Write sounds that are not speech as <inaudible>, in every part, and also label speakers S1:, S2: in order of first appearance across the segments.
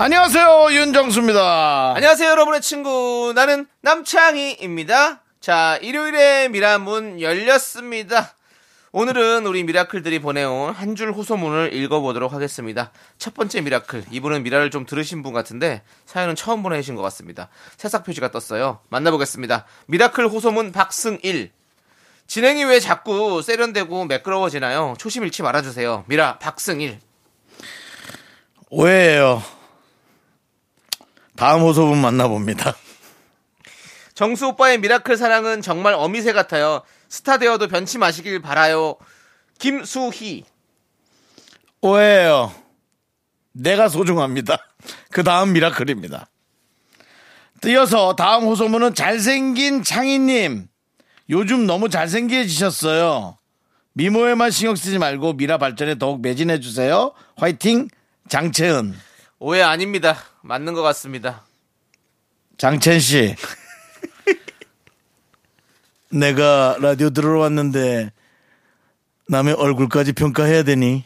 S1: 안녕하세요 윤정수입니다.
S2: 안녕하세요, 여러분의 친구. 나는 남창희입니다. 자, 일요일에 미라 문 열렸습니다. 오늘은 우리 미라클들이 보내온 한 줄 호소문을 읽어보도록 하겠습니다. 첫 번째 미라클. 이분은 미라를 좀 들으신 분 같은데 사연은 처음 보내신 것 같습니다. 새싹 표지가 떴어요. 만나보겠습니다. 미라클 호소문 박승일. 진행이 왜 자꾸 세련되고 매끄러워지나요? 초심 잃지 말아주세요. 미라 박승일.
S1: 오해예요. 다음 호소분 만나봅니다. <laughs>
S2: 정수 오빠의 미라클 사랑은 정말 어미새 같아요. 스타 되어도 변치 마시길 바라요. 김수희.
S1: 오해예요. 내가 소중합니다. 그 다음 미라클입니다. 뛰어서 다음 호소문은 잘생긴 창희님. 요즘 너무 잘생겨지셨어요. 미모에만 신경 쓰지 말고 미라 발전에 더욱 매진해주세요. 화이팅! 장채은.
S2: 오해 아닙니다. 맞는 것 같습니다. <laughs>
S1: 장첸 씨. <laughs> 내가 라디오 들으러 왔는데 남의 얼굴까지 평가해야 되니?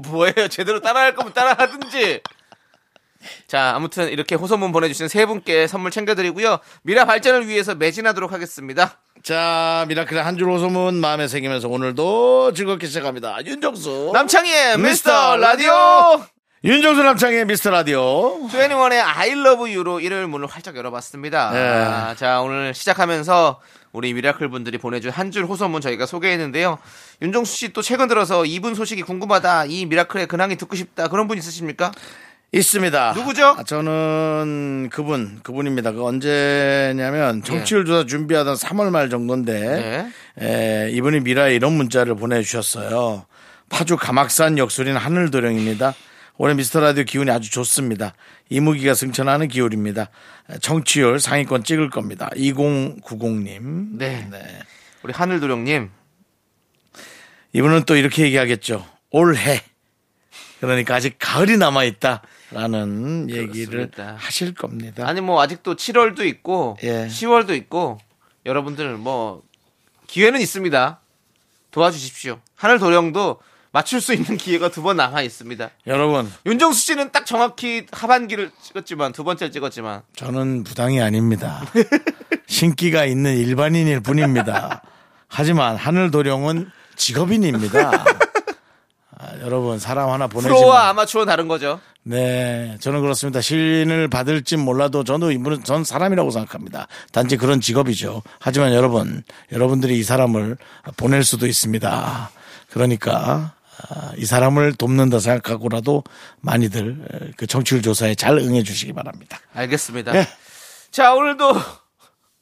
S2: 뭐예요? 제대로 따라할 거면 따라하든지. 자, 아무튼 이렇게 호소문 보내주신 세 분께 선물 챙겨드리고요. 미라 발전을 위해서 매진하도록 하겠습니다.
S1: 자, 미라클의 한 줄 호소문 마음에 새기면서 오늘도 즐겁게 시작합니다. 윤정수.
S2: 남창희의
S1: 미스터
S2: 미스터 라디오!
S1: 윤정수 남창의 미스터 라디오.
S2: 21의 I love you로 일요일 문을 활짝 열어봤습니다.
S1: 네.
S2: 아, 자, 오늘 시작하면서 우리 미라클 분들이 보내준 한 줄 호소문 저희가 소개했는데요. 윤종수 씨 또 최근 들어서 이분 소식이 궁금하다. 이 미라클의 근황이 듣고 싶다. 그런 분 있으십니까?
S1: 있습니다.
S2: 누구죠?
S1: 아, 저는 그분, 그분입니다. 그
S2: 예.
S1: 언제냐면 정치율 조사 준비하던 3월 말 정도인데
S2: 네.
S1: 에, 이분이 미라에 이런 문자를 보내주셨어요. 파주 가막산 역술인 하늘도령입니다. 올해 미스터 라디오 기운이 아주 좋습니다. 이무기가 승천하는 기울입니다. 에, 정치율 상위권 찍을 겁니다. 2090님.
S2: 네. 우리 하늘도령님.
S1: 이분은 또 이렇게 얘기하겠죠. 올해. 그러니까 아직 가을이 남아있다. 라는 얘기를
S2: 그렇습니다.
S1: 하실 겁니다.
S2: 아니, 뭐, 아직도 7월도 있고,
S1: 예.
S2: 10월도 있고, 여러분들 뭐, 기회는 있습니다. 도와주십시오. 하늘도령도 맞출 수 있는 기회가 두 번 남아 있습니다.
S1: 여러분,
S2: 윤정수 씨는 딱 정확히 하반기를 찍었지만 두 번째를 찍었지만
S1: 저는 부당이 아닙니다. 신기가 있는 일반인일 뿐입니다. 하지만 하늘도령은
S2: <laughs>
S1: 직업인입니다. 아, 여러분, 사람 하나
S2: 프로와
S1: 보내시면.
S2: 아마추어 는 다른 거죠.
S1: 네, 저는 그렇습니다. 신을 받을진 몰라도 저는 이분은 전 사람이라고 생각합니다. 단지 그런 직업이죠. 하지만 여러분, 여러분들이 이 사람을 보낼 수도 있습니다. 그러니까 아, 이 사람을 돕는다 생각하고라도 많이들 에, 그 정치율 조사에 잘 응해 주시기 바랍니다.
S2: 알겠습니다.
S1: 예.
S2: 자 오늘도 <laughs>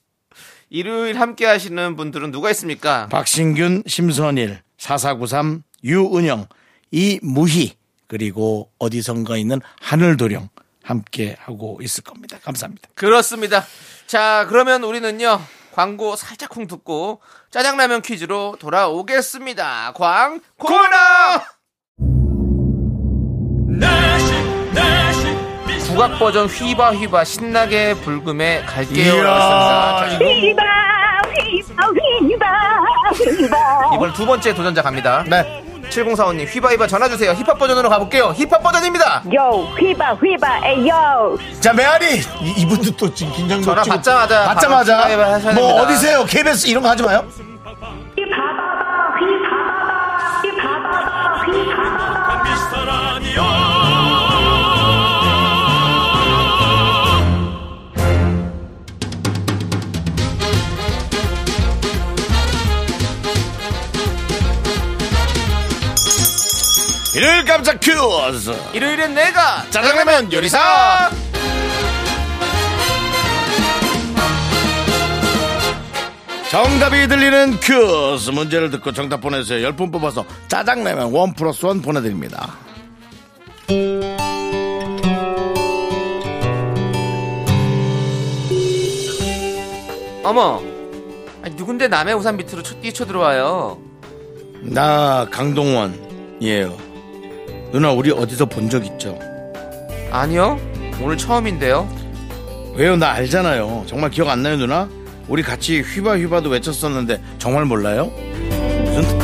S2: 일요일 함께 하시는 분들은 누가 있습니까?
S1: 박신균, 심선일, 4493, 유은영, 이무희, 그리고 어디선가 있는 하늘도령 함께 하고 있을 겁니다. 감사합니다.
S2: 그렇습니다. 자 그러면 우리는요 광고 살짝쿵 듣고 짜장라면 퀴즈로 돌아오겠습니다. 광고나 국악 버전 휘바 휘바 신나게 불금에 갈게요.
S1: 이야,
S2: 자,
S3: 휘바 휘바 휘바 휘바
S2: 이번에 두 번째 도전자 갑니다.
S1: 네.
S2: 7045님 휘바휘바 전화주세요 힙합 버전으로 가볼게요 힙합 버전입니다
S3: 요 휘바 휘바 에요
S1: 자, 메아리! 이, 분도또 지금 긴장
S2: 전화
S1: 놓치고
S2: 받자마자 바로 전화해봐
S1: 받자마자.
S2: 하셔야
S1: 뭐
S2: 됩니다.
S1: 어디세요? KBS 이런 거 하지 마요.
S3: 휘바바바 휘바바바 휘바바바 휘바바바
S4: 미스터 라디오
S1: 일요일 깜짝 큐즈!
S2: 일요일엔 내가
S1: 짜장라면 요리사! 정답이 들리는 큐즈! 문제를 듣고 정답 보내주세요. 열 분 뽑아서 짜장라면 원 플러스 원 보내드립니다.
S2: 어머, 아니, 누군데 남의 우산 밑으로 쳐- 뛰쳐 들어와요?
S1: 나 강동원이에요. 누나 우리 어디서 본 적 있죠?
S2: 아니요, 오늘 처음인데요.
S1: 왜요? 나 알잖아요. 정말 기억 안 나요, 누나? 우리 같이 휘바휘바도 외쳤었는데 정말 몰라요? 무슨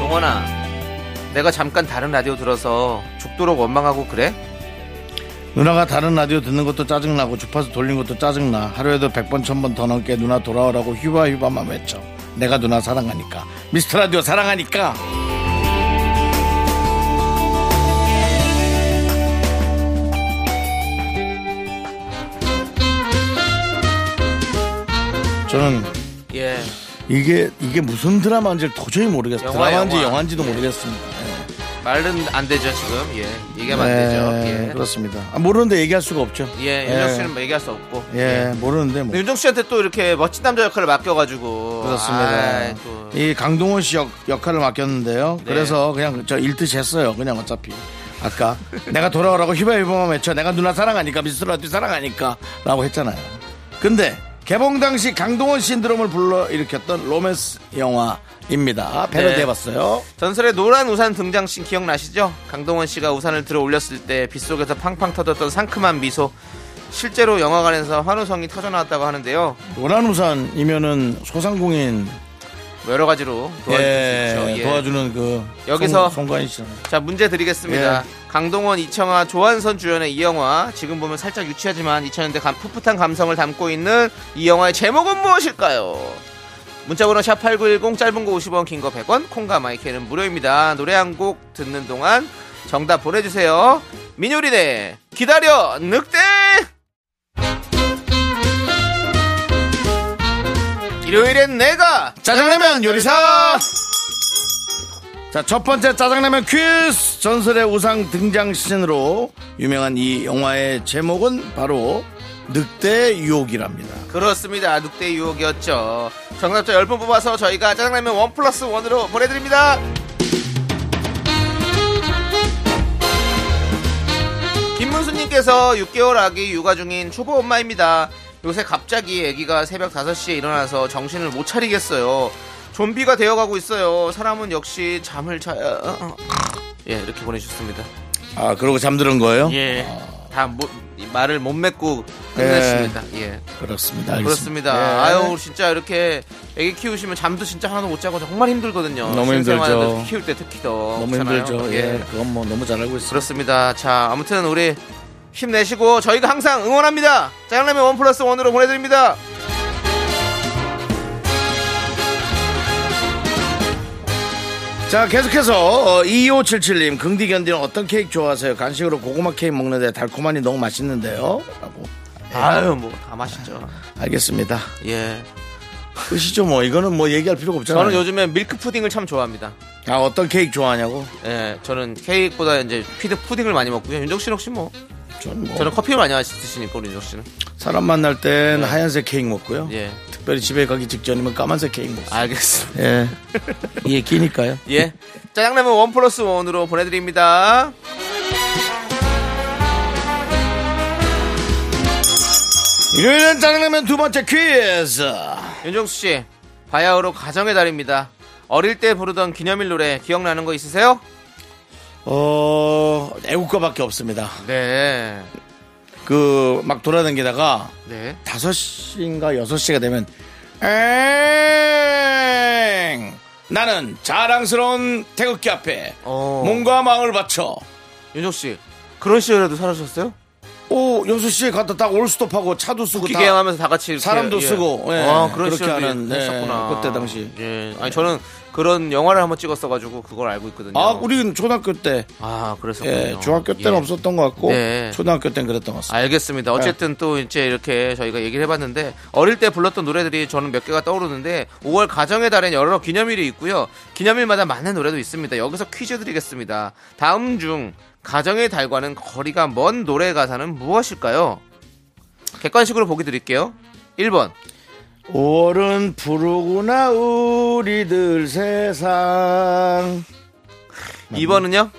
S2: 동원아, 내가 잠깐 다른 라디오 들어서 죽도록 원망하고 그래?
S1: 누나가 다른 라디오 듣는 것도 짜증나고 주파수 돌린 것도 짜증나. 하루에도 100번, 1000번 더 넘게 누나 돌아오라고 휘바휘바만 외쳐. 내가 누나 사랑하니까. 미스터 라디오 사랑하니까. 저는
S2: 예.
S1: 이게 이게 무슨 드라마인지 도저히 모르겠어요.
S2: 영화,
S1: 드라마인지
S2: 영화.
S1: 영화. 인지도
S2: 예.
S1: 모르겠습니다.
S2: 말은 안 되죠, 지금. 예. 얘기하면 안
S1: 예,
S2: 되죠.
S1: 그렇습니다. 아, 모르는데 얘기할 수가 없죠.
S2: 예. 예, 윤정 씨는 얘기할 수 없고.
S1: 예, 모르는데
S2: 근데
S1: 뭐.
S2: 윤정 씨한테 또 이렇게 멋진 남자 역할을 맡겨가지고.
S1: 그렇습니다.
S2: 아이, 또.
S1: 이 강동원 씨 역, 역할을
S2: 네.
S1: 맡겼는데요. 그래서 그냥 저 일뜻 했어요. 그냥 어차피 아까 내가 돌아오라고 휘바휘바만 외쳐 내가 누나 사랑하니까 미스터라디 사랑하니까라고 했잖아요. 근데 개봉 당시 강동원 신드롬을 불러 일으켰던 로맨스 영화입니다.
S2: 네.
S1: 패러디해봤어요.
S2: 전설의 노란 우산 등장씬 기억나시죠? 강동원 씨가 우산을 들어 올렸을 때 빗속에서 팡팡 터졌던 상큼한 미소. 실제로 영화관에서 환호성이 터져나왔다고 하는데요.
S1: 노란 우산이면은 소상공인
S2: 뭐 여러 가지로 도와줄
S1: 예,
S2: 수 있죠. 예.
S1: 도와주는 그
S2: 여기서
S1: 송, 송관이 씨.
S2: 자 문제 드리겠습니다. 강동원, 이청아, 조한선 주연의 이 영화 지금 보면 살짝 유치하지만 2000년대 감, 풋풋한 감성을 담고 있는 이 영화의 제목은 무엇일까요? 문자번호 샵8910 짧은 거 50원 긴 거 100원 콩과 마이크는 무료입니다. 노래 한 곡 듣는 동안 정답 보내주세요. 민효리네 기다려 늑대 일요일엔 내가
S1: 짜장라면 요리사. 자, 첫 번째 짜장라면 퀴즈! 전설의 우상 등장 시즌으로 유명한 이 영화의 제목은 바로 늑대 유혹이랍니다.
S2: 그렇습니다. 늑대 유혹이었죠. 정답자 10분 뽑아서 저희가 짜장라면 원 플러스 원으로 보내드립니다. 김문수님께서 6개월 아기 육아 중인 초보 엄마입니다. 요새 갑자기 아기가 새벽 5시에 일어나서 정신을 못 차리겠어요. 좀비가 되어가고 있어요. 사람은 역시 잠을 자야. 어, 예, 이렇게 보내주셨습니다.
S1: 아, 그러고 잠드는 거예요?
S2: 예. 다 못- 이 말을 못 맺고 끝냈습니다. 예.
S1: 그렇습니다. 알겠습니다.
S2: 그렇습니다.
S1: 예.
S2: 아유 진짜 이렇게 애기 키우시면 잠도 진짜 하나도 못 자고 정말 힘들거든요.
S1: 너무
S2: 신생아들
S1: 힘들죠.
S2: 키울 때 특히 더
S1: 너무
S2: 그렇잖아요.
S1: 힘들죠. 예. 그건 뭐 너무 잘 알고 있어요.
S2: 그렇습니다. 자 아무튼 우리 힘내시고 저희가 항상 응원합니다. 짜장라면 원 플러스 원으로 보내드립니다.
S1: 자, 계속해서 어, 2577님, 긍디 견디는 어떤 케이크 좋아하세요? 간식으로 고구마 케이크 먹는데 달콤하니 너무 맛있는데요? 라고. 예.
S2: 아유 뭐 다 맛있죠.
S1: 알겠습니다. <laughs>
S2: 예.
S1: 끝이죠, 뭐. 이거는 뭐 얘기할 필요가 없잖아요.
S2: 저는 요즘에 밀크 푸딩을 참 좋아합니다.
S1: 아, 어떤 케이크 좋아하냐고?
S2: 예, 저는 케이크보다 이제 피드 푸딩을 많이 먹고요. 윤정 씨는 혹시 뭐?
S1: 저는 뭐.
S2: 저는 커피를 많이 드시니까 우리 윤정 씨는.
S1: 사람 만날 땐 하얀색 케이크 먹고요.
S2: 예,
S1: 특별히 집에 가기 직전이면 까만색 케이크 먹어요.
S2: 알겠습니다.
S1: 예. 이게 끼니까요.
S2: 예. 짜장라면 원 플러스 원으로 보내드립니다.
S1: <laughs> 일요일엔 짜장라면 두 번째 퀴즈.
S2: 윤종수 씨, 바야흐로 가정의 달입니다. 어릴 때 부르던 기념일 노래 기억나는 거 있으세요?
S1: 어, 애국가밖에 없습니다.
S2: 네.
S1: 그, 막 돌아다니다가
S2: 네.
S1: 다섯 시인가 여섯 시가 되면, 엥! 나는 자랑스러운 태극기 앞에
S2: 어.
S1: 몸과 마음을 바쳐.
S2: 윤종수 씨, 그런 시절에도 살아셨어요?
S1: 오, 여섯 시에 갔다 딱 올스톱하고 차도 쓰고
S2: 웃기게
S1: 그 다
S2: 하면서 다 같이 이렇게,
S1: 사람도 쓰고, 예,
S2: 아, 그런
S1: 그렇게
S2: 시절도
S1: 하는, 예,
S2: 했었구나.
S1: 그때 당시.
S2: 예. 아니 저는 그런 영화를 한번 찍었어 가지고 그걸 알고 있거든요.
S1: 아, 우리는 초등학교 때,
S2: 아, 그랬었군요.
S1: 예, 중학교 때는
S2: 예. 아.
S1: 없었던 것 같고,
S2: 네.
S1: 초등학교 때는 그랬던 것 같습니다.
S2: 알겠습니다. 어쨌든 또 이제 이렇게 저희가 얘기를 해봤는데 어릴 때 불렀던 노래들이 저는 몇 개가 떠오르는데 5월 가정의 달엔 여러 기념일이 있고요. 기념일마다 많은 노래도 있습니다. 여기서 퀴즈 드리겠습니다. 다음 중 가정의 달과는 거리가 먼 노래 가사는 무엇일까요? 객관식으로 보기 드릴게요. 1번.
S1: 5월은 푸르구나, 우리들 세상.
S2: 2번은요?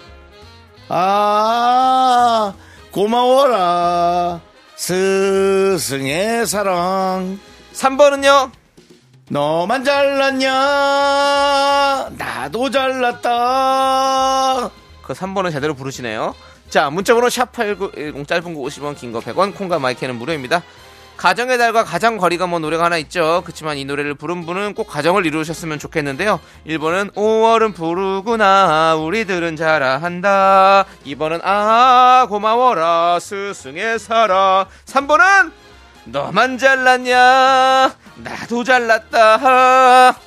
S1: 아, 고마워라 스승의 사랑
S2: 3번은요.
S1: 너만 잘났냐 나도 잘났다
S2: 그 3번은 제대로 부르시네요. 자, 문자번호 샵8910 짧은 거 50원, 긴 거 100원, 콩과 마이크는 무료입니다. 가정의 달과 가장 거리가 먼 노래가 하나 있죠. 그렇지만 이 노래를 부른 분은 꼭 가정을 이루셨으면 좋겠는데요. 1번은 5월은 부르구나 우리들은 잘한다. 2번은 아 고마워라 스승의 사랑. 3번은 너만 잘났냐 나도 잘났다.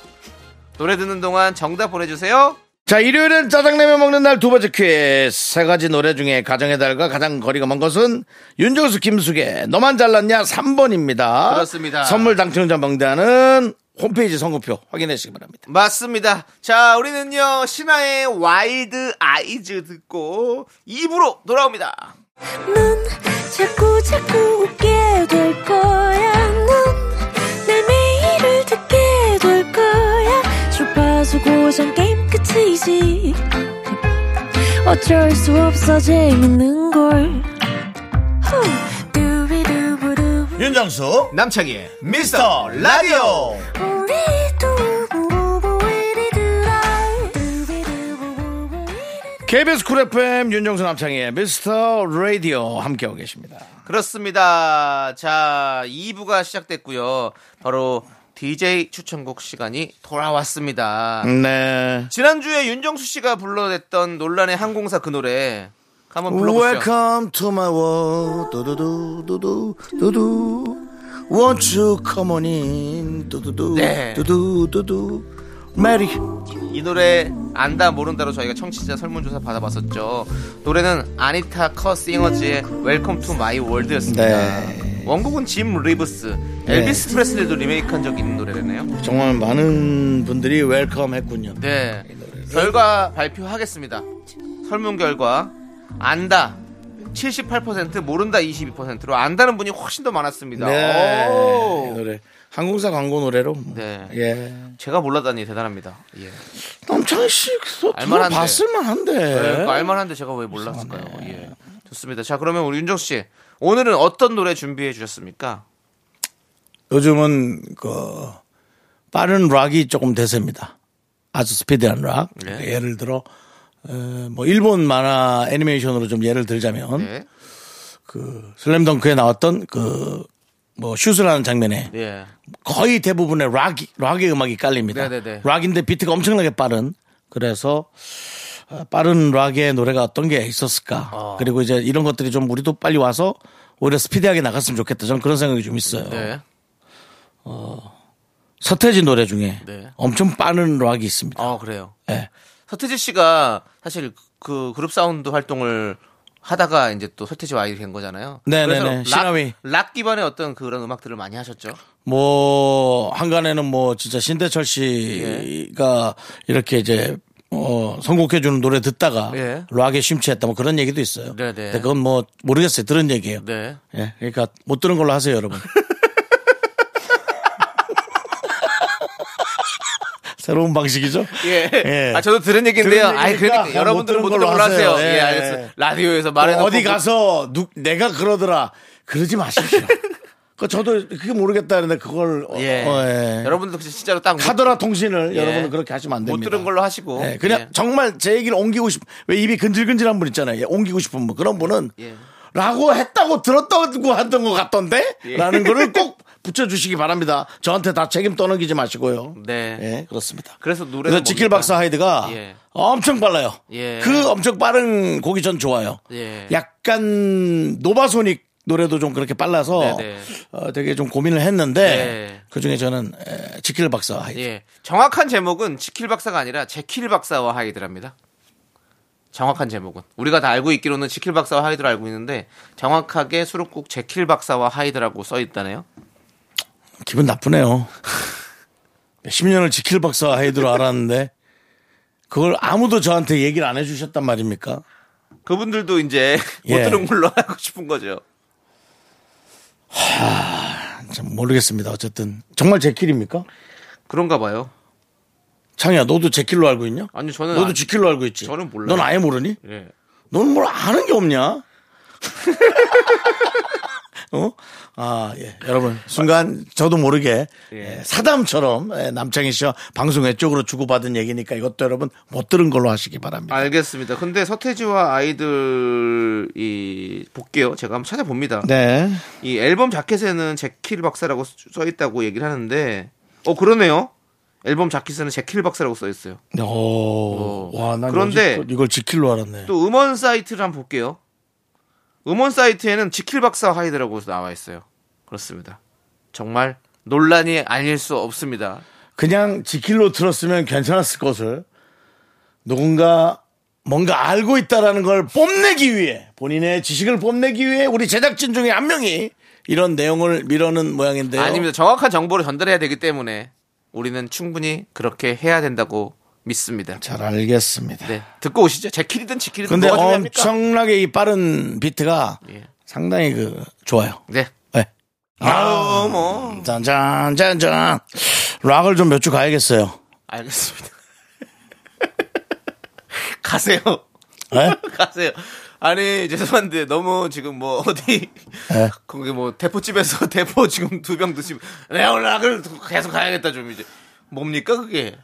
S2: 노래 듣는 동안 정답 보내주세요.
S1: 자, 일요일은 짜장라면 먹는 날 두 번째 퀴즈. 세 가지 노래 중에 가정의 달과 가장 거리가 먼 것은 윤정수 김숙의 너만 잘났냐 3번입니다.
S2: 그렇습니다.
S1: 선물 당첨자 명단은 홈페이지 선거표 확인해 주시기 바랍니다.
S2: 맞습니다. 자, 우리는요, 신화의 와일드 아이즈 듣고 2부로 돌아옵니다.
S5: 넌 자꾸 자꾸 웃게 될 거야. 넌내 매일을 듣게 될 거야. 주파수 고정 게임 끝이지. 어쩔 수 없어 재밌는 걸. 후. 두비두부두부.
S1: 윤정수
S2: 남창희의 미스터 라디오!
S5: 우리 두부부부 우리들아. 두비두부부부 우리들아.
S1: KBS 쿨 FM 윤정수 남창희의 미스터 라디오 함께하고 계십니다.
S2: 그렇습니다. 자, 2부가 시작됐고요. 바로 DJ 추천곡 시간이 돌아왔습니다.
S1: 네.
S2: 지난주에 윤정수 씨가 불러냈던 논란의 항공사 그 노래 한번 불러보시죠.
S1: Welcome to my world. 두두두두두. 두두. Won't you come on in? 두두두.
S2: 네.
S1: 두두두두. 메리.
S2: 이 노래 안다 모른다로 저희가 청취자 설문조사 받아봤었죠. 노래는 아니타 커 싱어즈의 웰컴 투 마이 월드였습니다.
S1: 네.
S2: 원곡은 짐 리브스, 엘비스 프레슬리도 리메이크한 적이 있는 노래라네요.
S1: 정말 많은 분들이 웰컴 했군요.
S2: 네. 결과 발표하겠습니다. 설문 결과 안다 78% 모른다 22%로 안다는 분이 훨씬 더 많았습니다.
S1: 네. 이
S2: 오.
S1: 노래. 항공사 광고 노래로. 뭐.
S2: 네.
S1: 예.
S2: 제가 몰라다니 대단합니다. 예.
S1: 남창희 씨,
S2: 알만한데.
S1: 봤을만한데.
S2: 네, 알만한데 제가 왜 몰랐을까요?
S1: 네.
S2: 예. 좋습니다. 자, 그러면 우리 윤정 씨 오늘은 어떤 노래 준비해 주셨습니까?
S1: 요즘은 그 빠른 락이 조금 대세입니다. 아주 스피드한 락.
S2: 네.
S1: 예를 들어 어, 뭐 일본 만화 애니메이션으로 좀 예를 들자면
S2: 네.
S1: 그 슬램덩크에 나왔던 그 뭐 슛을 하는 장면에
S2: 예.
S1: 거의 대부분의 락 락의 음악이 깔립니다.
S2: 네네네.
S1: 락인데 비트가 엄청나게 빠른. 그래서 어, 빠른 락의 노래가 어떤 게 있었을까?
S2: 아.
S1: 그리고 이제 이런 것들이 좀 우리도 빨리 와서 오히려 스피디하게 나갔으면 좋겠다. 저는 그런 생각이 좀 있어요.
S2: 네.
S1: 서태지 노래 중에
S2: 네.
S1: 엄청 빠른 락이 있습니다.
S2: 아, 그래요.
S1: 예.
S2: 서태지 씨가 사실 그 그룹 사운드 활동을 하다가 이제 또 서태지와 아이 된 거잖아요.
S1: 네네네.
S2: 그래서 락-
S1: 신화위.
S2: 락 기반의 어떤 그런 음악들을 많이 하셨죠.
S1: 뭐 한간에는 뭐 진짜 신대철 씨가 이렇게 이제 어 선곡해 주는 노래 듣다가
S2: 예.
S1: 락에 심취했다 뭐 그런 얘기도 있어요.
S2: 네네.
S1: 근데 그건 뭐 모르겠어요. 들은 얘기예요.
S2: 네.
S1: 예. 그러니까 못 들은 걸로 하세요,
S2: <laughs>
S1: 여러분. 새로운 방식이죠?
S2: 예.
S1: 예.
S2: 아 저도 들은 얘기인데요.
S1: 들은
S2: 아니
S1: 얘기니까 아,
S2: 그러니까 여러분들은
S1: 못
S2: 못
S1: 들은 걸로
S2: 들은 걸로 하세요.
S1: 하세요.
S2: 예,
S1: 예.
S2: 알겠어요. 라디오에서
S1: 어,
S2: 말해놓고 그
S1: 어디 가서 누, 내가 그러더라 그러지 마십시오. 그 저도 그게 모르겠다 는데 그걸 어,
S2: 예.
S1: 어, 예.
S2: 여러분들 혹시 진짜로 딱 못-
S1: 카더라 통신을
S2: 예.
S1: 여러분은 그렇게 하시면 안
S2: 못
S1: 됩니다.
S2: 들은 걸로 하시고.
S1: 예, 그냥
S2: 예.
S1: 정말 제 얘기를 옮기고 싶, 왜 입이 근질근질한 분 있잖아요. 예, 옮기고 싶은 분 그런 분은
S2: 예.
S1: 라고 했다고 들었다고 하던 것 같던데
S2: 예.
S1: 라는 거를 꼭 붙여주시기 바랍니다. 저한테 다 책임 떠넘기지 마시고요.
S2: 네.
S1: 예, 그렇습니다.
S2: 그래서 노래가
S1: 그래서 지킬
S2: 뭡니까?
S1: 박사 하이드가
S2: 예.
S1: 엄청 빨라요.
S2: 예.
S1: 그 엄청 빠른 곡이 전 좋아요.
S2: 예.
S1: 약간 노바소닉 노래도 좀 그렇게 빨라서
S2: 네네.
S1: 어, 되게 좀 고민을 했는데
S2: 네.
S1: 그 중에 저는 에, 지킬 박사 하이드.
S2: 예. 정확한 제목은 지킬 박사가 아니라 제킬 박사와 하이드랍니다. 정확한 제목은 우리가 다 알고 있기로는 지킬 박사와 하이드를 알고 있는데 정확하게 수록곡 제킬 박사와 하이드라고 써 있다네요.
S1: 기분 나쁘네요. <laughs> 몇십 년을 지킬 박사 하이드로 알았는데 그걸 아무도 저한테 얘기를 안 해주셨단 말입니까?
S2: 그분들도 이제 <laughs>
S1: 예.
S2: 못 들은 걸로 하고 싶은 거죠.
S1: 참 모르겠습니다. 어쨌든 정말 제킬입니까?
S2: 그런가 봐요.
S1: 창이야, 너도 제킬로 알고 있냐?
S2: 아니요, 저는 예.
S1: 너도
S2: 안-
S1: 지킬로 알고 있지.
S2: 저는 몰라요.
S1: 넌 아예 모르니?
S2: 예.
S1: 넌 뭘 아는 게 없냐? <laughs> 어? 아, 예. 여러분, 순간 저도 모르게 예, 사담처럼 예, 남창희 씨와 방송 외쪽으로 주고받은 얘기니까 이것도 여러분 못 들은 걸로 하시기 바랍니다.
S2: 아, 알겠습니다. 근데 서태지와 아이들이 볼게요. 제가 한번 찾아봅니다.
S1: 네.
S2: 이 앨범 자켓에는 제킬 박사라고 써 있다고 얘기를 하는데, 어 그러네요. 앨범 자켓에는 제킬 박사라고 써 있어요.
S1: 오,
S2: 오.
S1: 네, 와, 난
S2: 그런데-
S1: 이걸- 이걸 지킬로 알았네.
S2: 또 음원 사이트를 한번 볼게요. 음원 사이트에는 지킬 박사 하이드라고 나와 있어요. 그렇습니다. 정말 논란이 아닐 수 없습니다.
S1: 그냥 지킬로 들었으면 괜찮았을 것을 누군가 뭔가 알고 있다라는 걸 뽐내기 위해 본인의 지식을 뽐내기 위해 우리 제작진 중에 한 명이 이런 내용을 밀어는 모양인데요.
S2: 아닙니다. 정확한 정보를 전달해야 되기 때문에 우리는 충분히 그렇게 해야 된다고 믿습니다.
S1: 잘 알겠습니다.
S2: 네, 듣고 오시죠. 제킬이든 지킬이든
S1: 근데 어,
S2: 뭐가 중요합니까?
S1: 엄청나게 이 빠른 비트가
S2: 예.
S1: 상당히 그 좋아요.
S2: 네.
S1: 네.
S2: 아우 뭐
S1: 짠짠짠짠. 락을 좀 몇 주 가야겠어요.
S2: 알겠습니다. <laughs> 가세요.
S1: 네?
S2: <laughs> 가세요. 아니 죄송한데 너무 지금 뭐 어디
S1: 네.
S2: <laughs> 거기 뭐 대포집에서 <laughs> 대포 지금 두 병 네, 드시면 레올락을 아, 계속 가야겠다 좀 이제 뭡니까 그게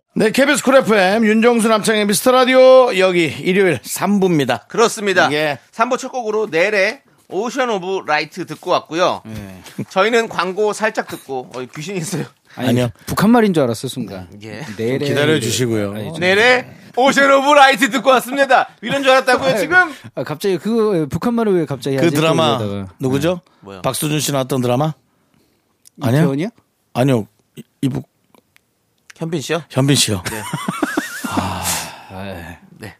S1: 네, KBS 쿨 FM 윤정수 남창의 미스터 라디오 여기 일요일 3부입니다.
S2: 그렇습니다.
S1: 예.
S2: 3부 첫 곡으로 넬의 오션 오브 라이트 듣고 왔고요. 저희는 광고 살짝 듣고 어, 귀신 있어요.
S1: 아니요.
S6: 북한 말인 줄 알았어 순간.
S2: 예.
S6: 내일
S1: 기다려
S2: 어,
S1: 주시고요.
S2: 넬의 오션 오브 라이트 듣고 왔습니다. 이런 줄 알았다고요 지금?
S6: 아, 갑자기 그거 북한 말을 왜 갑자기
S1: 그
S6: 하지?
S1: 드라마
S6: 그러다가. 네.
S1: 누구죠?
S2: 뭐요?
S1: 박수준 씨 나왔던 드라마? 아니요.
S6: 이태원이야?
S1: 아니요. 이- 이북
S2: 현빈 씨요?
S1: 현빈 씨요.
S2: 네.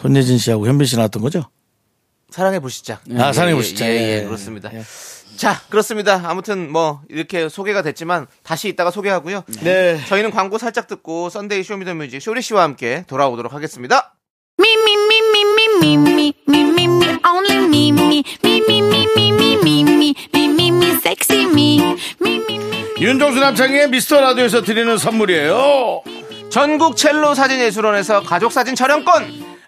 S1: 손예진 씨하고 현빈 씨 나왔던 거죠?
S2: 사랑해 보시자.
S1: 아, 사랑해 보시자.
S2: 예, 예,
S1: 예.
S2: 그렇습니다. 자, 그렇습니다. 아무튼 뭐 이렇게 소개가 됐지만 다시 이따가 소개하고요.
S1: 네.
S2: 저희는 광고 살짝 듣고 썬데이 쇼미더뮤직 쇼리 씨와 함께 돌아오도록 하겠습니다.
S5: Me, me, me, me, me, me, me, me, me, me, only me, me, me, me, me, me, me, me, me, me, me, me, sexy me, me, me, me.
S1: 윤정수 남창의 미스터 라디오에서 드리는 선물이에요.
S2: 전국 첼로 사진 예술원에서 가족 사진 촬영권,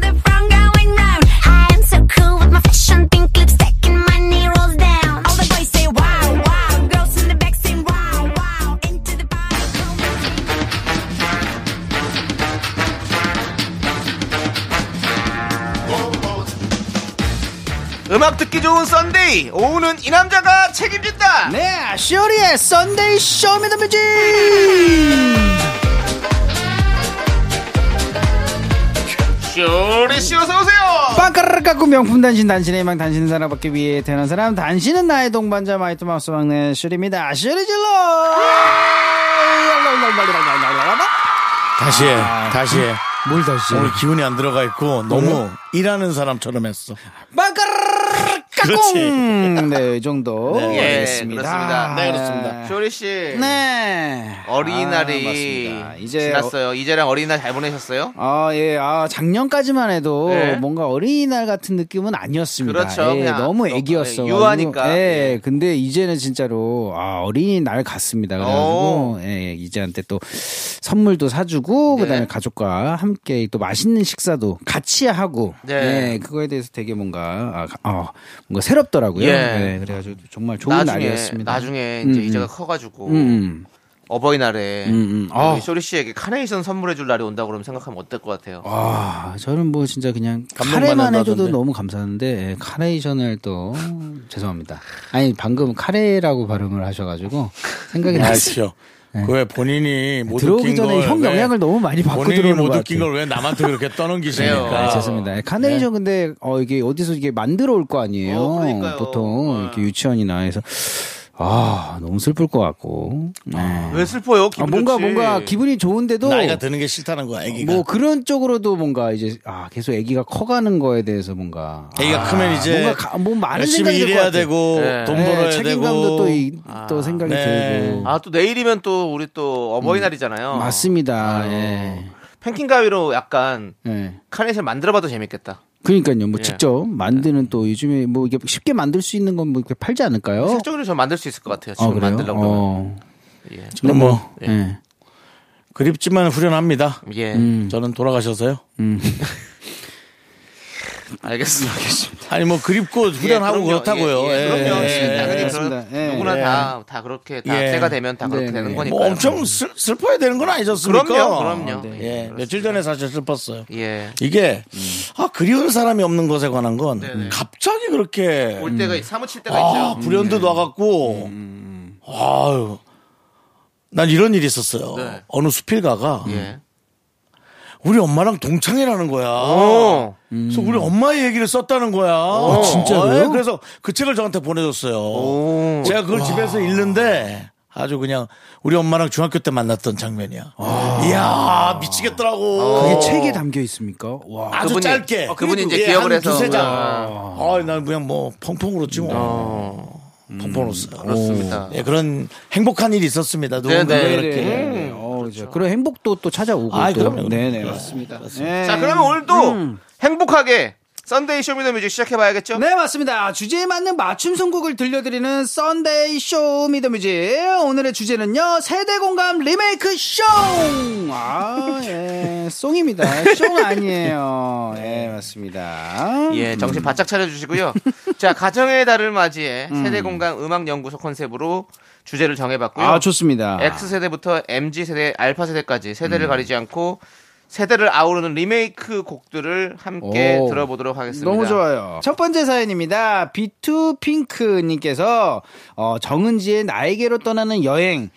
S5: the front going round. I am so cool with my fashion, pink lipstick and my knee rolls down. All the boys say wow, wow. Girls in the back say wow, wow. Into the bar.
S2: 음악 듣기 좋은 썬데이 오후는 이 남자가 책임진다
S6: 네, 쇼리의 썬데이 쇼미더뮤직.
S2: 쇼리 씨 어서 오세요
S6: 빵가르르 깎고 명품 단신 단신의 망 단신은 사랑받기 위해 태어난 사람 단신은 나의 동반자 마이트 마우스 막내 쇼리입니다. 쇼리 질러.
S1: 다시 해, 다시 해.
S6: 뭘 다시?
S1: 아. 음. 오늘 기운이 안 들어가 있고 너무 일하는 사람처럼 했어.
S6: 아, 빵가르르 깎고. 네, 이 정도.
S1: 네,
S2: 예,
S6: 알겠습니다.
S2: 그렇습니다.
S1: 네, 그렇습니다.
S2: 쇼리 씨
S6: 네. 아,
S2: 어린이날이
S6: 맞습니다. 이제
S2: 지났어요 이제랑 어린이날 잘 보내셨어요?
S6: 아, 예. 아, 작년까지만 해도
S2: 네.
S6: 뭔가 어린이날 같은 느낌은 아니었습니다.
S2: 그렇죠.
S6: 예,
S2: 그냥
S6: 너무
S2: 너-
S6: 애기였어.
S2: 예, 유아니까.
S6: 예,
S2: 예.
S6: 근데 이제는 진짜로 아, 어린이날 같습니다. 그래가지고 예, 예, 이제한테 또 선물도 사주고
S2: 어. 네.
S6: 그다음에 가족과 함께 또 맛있는 식사도 같이 하고
S2: 네.
S6: 예, 그거에 대해서 되게 뭔가 아, 가- 어, 뭔가 새롭더라고요.
S2: 예.
S6: 예, 그래가지고 정말 좋은
S2: 나중에
S6: 날이었습니다.
S2: 나중에 이제
S6: 음,
S2: 이제가 커가지고
S6: 음, 음.
S2: 어버이날에
S6: 음, 음.
S2: 우리
S6: 아.
S2: 쇼리 씨에게 카네이션 선물해줄 날이 온다 고 그러면 생각하면 어떨 것 같아요?
S6: 아, 저는 뭐 진짜 그냥 카레만
S1: 감동받는다던데.
S6: 해줘도 너무 감사한데 예, 카네이션을 또 <laughs> 죄송합니다. 아니 방금 카레라고 발음을 하셔가지고
S1: 네,
S6: 생각이 났어요.
S1: 아시죠? 그왜 본인이 못
S6: 네. 들어오기
S1: 웃긴
S6: 전에
S1: 걸
S6: 형
S1: 왜-
S6: 영향을 너무 많이 받고
S1: 본인이
S6: 들어오는
S1: 못
S6: 것
S1: 웃긴
S6: 같아요.
S1: 걸 왜 남한테 그렇게
S6: <laughs>
S1: 떠넘기십니까?
S6: 아, 죄송합니다. 예, 카네이션 근데 어 이게 어디서 이게 만들어 올 거 아니에요.
S2: 어, 그러니까요.
S6: 보통
S2: 네.
S6: 이렇게 유치원이나 해서 아 너무 슬플 것 같고 아,
S2: 왜 슬퍼요?
S6: 아,
S2: 기분
S6: 뭔가
S2: 좋지.
S6: 뭔가 기분이 좋은데도
S1: 나이가 드는 게 싫다는 거야, 애기가.
S6: 네. 뭐 그런 쪽으로도 뭔가 이제 아 계속 아기가 커가는 거에 대해서 뭔가
S1: 애기가
S6: 아,
S1: 크면 이제
S6: 뭔가 가, 뭐 많은
S1: 열심히
S6: 생각이 들것
S1: 일해야
S6: 같아요.
S1: 되고
S2: 네.
S1: 돈
S6: 네,
S1: 벌어야
S6: 책임감도
S1: 되고
S6: 또, 이, 또 생각이
S1: 네.
S6: 들고
S2: 아 또 내일이면 또 우리 또 어버이날이잖아요
S6: 음, 맞습니다.
S2: 아유.
S6: 예.
S2: 팬킹 가위로 약간
S6: 예.
S2: 카네이션 만들어봐도 재밌겠다
S6: 그러니까요. 뭐
S2: 예.
S6: 직접 만드는 또 요즘에 뭐 이게 쉽게 만들 수 있는 건 뭐 이렇게 팔지 않을까요?
S2: 색종이로 저 만들 수 있을 것 같아요
S6: 아
S2: 지금
S6: 그래요?
S2: 만들려고 그러면
S6: 어.
S2: 예.
S1: 그럼 뭐
S6: 예.
S1: 그립지만 후련합니다.
S2: 예.
S6: 음.
S1: 저는 돌아가셔서요.
S2: 알겠습니다.
S1: 아니 뭐 그립고 후련하고
S2: 예, 그럼요.
S1: 그렇다고요.
S2: 예, 예. 그럼요.
S1: 예,
S2: 예,
S1: 예.
S2: 당연히
S6: 그렇습니다.
S2: 그런
S6: 예.
S2: 누구나
S1: 예.
S2: 다, 다 그렇게 다
S1: 예.
S2: 때가 되면 다 그렇게
S6: 네,
S2: 되는
S6: 네.
S2: 거니까요. 음.
S1: 뭐 엄청 슬, 슬퍼야 되는 건 아니셨습니까?
S2: 그럼요, 그럼요.
S6: 네.
S1: 예, 며칠 전에 사실 슬펐어요.
S2: 예.
S1: 이게 아 그리운 사람이 없는 것에 관한 건
S2: 네,
S1: 갑자기 그렇게
S2: 올
S6: 음.
S2: 때가 있- 사무칠 때가
S1: 아
S2: 있죠.
S1: 불현듯
S2: 음,
S1: 와갖고 아유 난 이런 일이 있었어요.
S2: 네.
S1: 어느 수필가가
S2: 예.
S1: 우리 엄마랑 동창이라는 거야.
S2: 어.
S1: 그래서 우리 엄마의 얘기를 썼다는 거야.
S6: 진짜로요?
S1: 예, 그래서 그 책을 저한테 보내줬어요. 제가 그걸 집에서 읽는데 아주 그냥 우리 엄마랑 중학교 때 만났던 장면이야. 이야 미치겠더라고.
S6: 그게 어. 책에 담겨 있습니까? 와.
S1: 아주
S2: 어, 그분이-
S1: 짧게.
S2: 어, 그분이 이제
S1: 예,
S2: 기억을
S1: 한
S2: 해서.
S1: 두세 장.
S2: 아.
S1: 아, 난 그냥 뭐 펑펑 울었지 뭐. 펑펑 울었어.
S2: 어. 그렇습니다.
S1: 예, 그런 행복한 일이 있었습니다. 누군가
S2: 네, 네.
S1: 그렇게.
S6: 네. 어, 그런 행복도 또 찾아오고
S1: 아이,
S6: 또.
S1: 그럼요.
S6: 네네
S1: 그럼요.
S6: 맞습니다.
S2: 자, 그러면 오늘도 행복하게 썬데이 쇼미더뮤직 시작해봐야겠죠?
S6: 음. 네 맞습니다. 주제에 맞는 맞춤 선곡을 들려드리는 썬데이 쇼미더뮤직 오늘의 주제는요 세대 공감 리메이크 아, 쇼아예 송입니다. 쇼 아니에요. 예 맞습니다.
S2: 예, 정신 바짝 차려주시고요. 자, 가정의 달을 맞이해 세대 공감 음악 연구소 컨셉으로 주제를 정해봤고요.
S6: 아 좋습니다.
S2: X세대부터 MG세대, 알파세대까지
S6: 음.
S2: 세대를 가리지 않고 세대를 아우르는 리메이크 곡들을 함께
S6: 오.
S2: 들어보도록 하겠습니다.
S6: 너무 좋아요. 첫 번째 사연입니다. 비투핑크님께서 어, 정은지의 나에게로 떠나는 여행을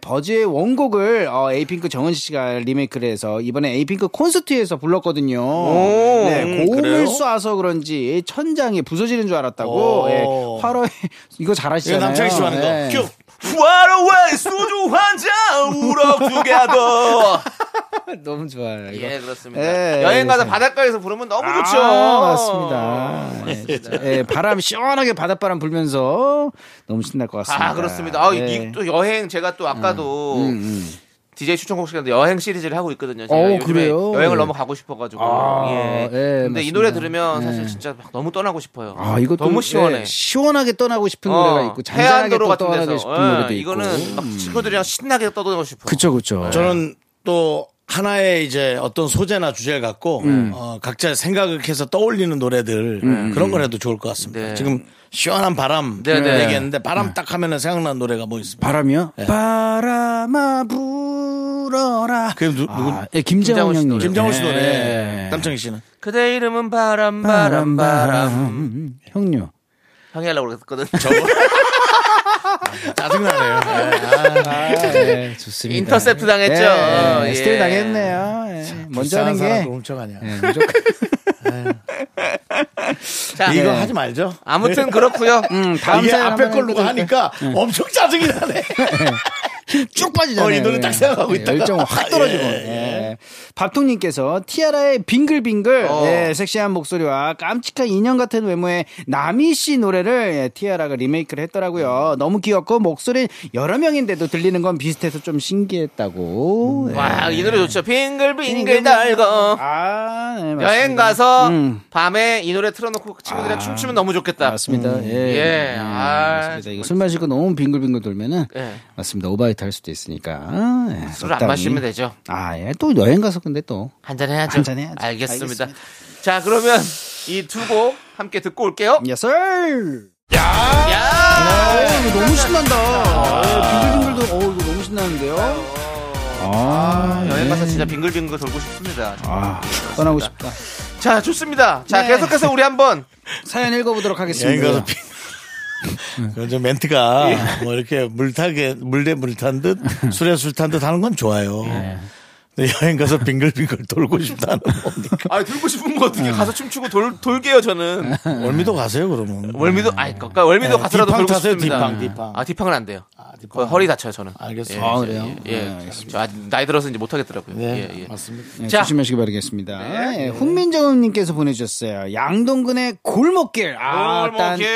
S6: 버즈의 원곡을 어, 에이핑크 정은지 씨가 리메이크를 해서 이번에 에이핑크 콘서트에서 불렀거든요. 네, 고음을
S1: 그래요?
S6: 쏴서 그런지 천장이 부서지는 줄 알았다고.
S1: 오.
S6: 예, 화로에 이거
S1: 이거
S6: 잘하시잖아요.
S1: 남창희 씨 하는
S6: 예.
S1: 거. 큐.
S2: What a 소주 한잔
S6: <laughs>
S2: 우럭두게더
S6: <laughs> 너무 좋아요. 이거.
S2: 예, 그렇습니다.
S6: 예,
S2: 여행 가서 바닷가에서 부르면 너무 좋죠.
S6: 아, 맞습니다. 예, 진짜. 예, 바람 시원하게 바닷바람 불면서 너무 신날 것 같습니다.
S2: 아, 그렇습니다. 아,
S6: 예. 음,
S2: 이또 여행 제가 또 아까도 DJ 추천곡 시간에 여행 시리즈를 하고 있거든요. 제가
S6: 어,
S2: 요즘에
S6: 그래요?
S2: 여행을
S6: 예.
S2: 너무 가고 싶어가지고.
S6: 아,
S2: 예.
S6: 예,
S2: 근데 이
S6: 맞습니다.
S2: 노래 들으면 사실
S6: 예.
S2: 진짜 막 너무 떠나고 싶어요.
S6: 아, 이것도
S2: 너무 시원해. 어,
S6: 예, 시원하게 떠나고 싶은 노래가 있고 잔잔하게
S2: 해안도로
S6: 또
S2: 같은
S6: 떠나고
S2: 데서
S6: 싶은
S2: 예,
S6: 노래도 있고.
S2: 이거는 예. 막 친구들이랑 신나게 떠들고 싶어.
S6: 그쵸 그쵸.
S1: 저는 또 하나의 이제 어떤 소재나 주제를 갖고 어, 각자 생각을 해서 떠올리는 노래들 그런 걸 해도 좋을 것 같습니다.
S2: 네.
S1: 지금 시원한 바람
S2: 네, 네.
S1: 얘기했는데 바람 딱 하면은 생각나는 노래가 뭐 있습니까?
S6: 바람이요?
S2: 예.
S6: 바람아 불어라.
S1: 그게 누, 누군?
S6: 아, 예,
S2: 김장훈
S6: 김장훈
S2: 씨
S6: 형님.
S2: 노래.
S1: 김장호 씨
S6: 예.
S1: 노래. 남창희 씨는
S2: 그대 이름은 바람 바람
S6: 바람
S2: 바람.
S6: 바람. 형님.
S2: 형이 하려고
S6: <laughs>
S2: 그랬거든.
S1: 짜증나네요. 예.
S6: 아, 예, 좋습니다.
S2: 인터셉트 당했죠.
S6: 예, 예.
S2: 예.
S6: 스틸 당했네요. 예. 먼저 하는
S1: 불쌍한 사람도
S6: 게.
S1: 훔쳐가냐.
S6: 예, 무조건.
S2: <laughs> 자,
S1: 이거
S2: 예.
S1: 하지 말죠.
S2: 아무튼 그렇고요.
S6: 다음
S1: 이게
S6: 사연
S1: 네. 예, 앞에
S6: 한번
S1: 걸 누가 하니까 엄청 짜증이 <laughs> 나네.
S6: 쭉 빠지잖아요.
S1: 어, 이 노래 딱 생각하고
S6: 예,
S1: 있다가.
S6: 열정 확 떨어지고.
S1: 예,
S6: 예.
S1: 예.
S6: 밥통님께서 티아라의 빙글빙글
S2: 어.
S6: 예, 섹시한 목소리와 깜찍한 인형 같은 외모의 나미 씨 노래를 예, 티아라가 리메이크를 했더라고요. 너무 귀엽고 목소리 여러 명인데도 들리는 건 비슷해서 좀 신기했다고. 예.
S2: 와, 이 노래 좋죠. 빙글빙글 달고.
S6: 아, 네, 맞습니다.
S2: 여행 가서
S6: 음. 아,
S2: 밤에 이 노래 틀어놓고 친구들이랑 춤추면 너무 좋겠다.
S6: 맞습니다. 예.
S2: 예. 아,
S6: 맞습니다. 이거 술 마시고 너무 빙글빙글 돌면은
S2: 예.
S6: 맞습니다. 오바이트 할 수도 있으니까. 아, 예,
S2: 술 안
S6: 적당히.
S2: 마시면 되죠.
S6: 아, 예. 또 여행 가서 근데 또
S2: 한잔 해야죠.
S6: 한잔 해야죠.
S2: 알겠습니다.
S6: 알겠습니다. 음.
S2: 자, 그러면 이 두 곡 함께 듣고 올게요.
S6: Yes, sir.
S2: 야!
S6: 어, 이거 너무
S1: 아.
S6: 신난다. 빙글빙글도 어 이거 너무 신나는데요. 아,
S2: 여행 가서 진짜 빙글빙글 돌고 싶습니다.
S6: 아, 떠나고 싶다.
S2: 자, 좋습니다. 자,
S6: 네.
S2: 계속해서 우리 한번
S6: 사연 읽어보도록
S1: 여행 가서
S6: 하겠습니다. <laughs> 네.
S1: 그저 멘트가
S6: 예.
S1: 뭐 이렇게 물타게 물대 물탄 듯 술에 술 탄 듯 하는 건 좋아요.
S6: 예.
S1: 근데 여행 가서 빙글빙글 돌고 싶다는 겁니까?
S2: 아, 돌고 싶은 거
S6: 음.
S2: 어떻게 가서 춤추고 돌 돌게요, 저는.
S6: 예.
S1: 월미도 가세요 그러면.
S2: <laughs> 월미도 아니, 그러니까 월미도
S1: 네,
S2: 가서라도
S1: 뒷방
S2: 돌고
S1: 타세요,
S2: 싶습니다.
S1: 뒷방, 뒷방.
S2: 아, 뒷방은 안 돼요. 거의 그 허리 다쳐요, 저는.
S1: 알겠어요.
S2: 예,
S1: 아,
S2: 예,
S6: 그래요?
S2: 예.
S6: 네, 알겠습니다.
S2: 저 아직 나이 들어서 이제 못 하겠더라고요.
S1: 네,
S2: 예, 예.
S1: 맞습니다.
S6: 네,
S2: 자. 네.
S6: 조심하시기 바라겠습니다. 예, 훈민정음님께서 보내주셨어요. 양동근의 골목길. 아,
S2: 골목길.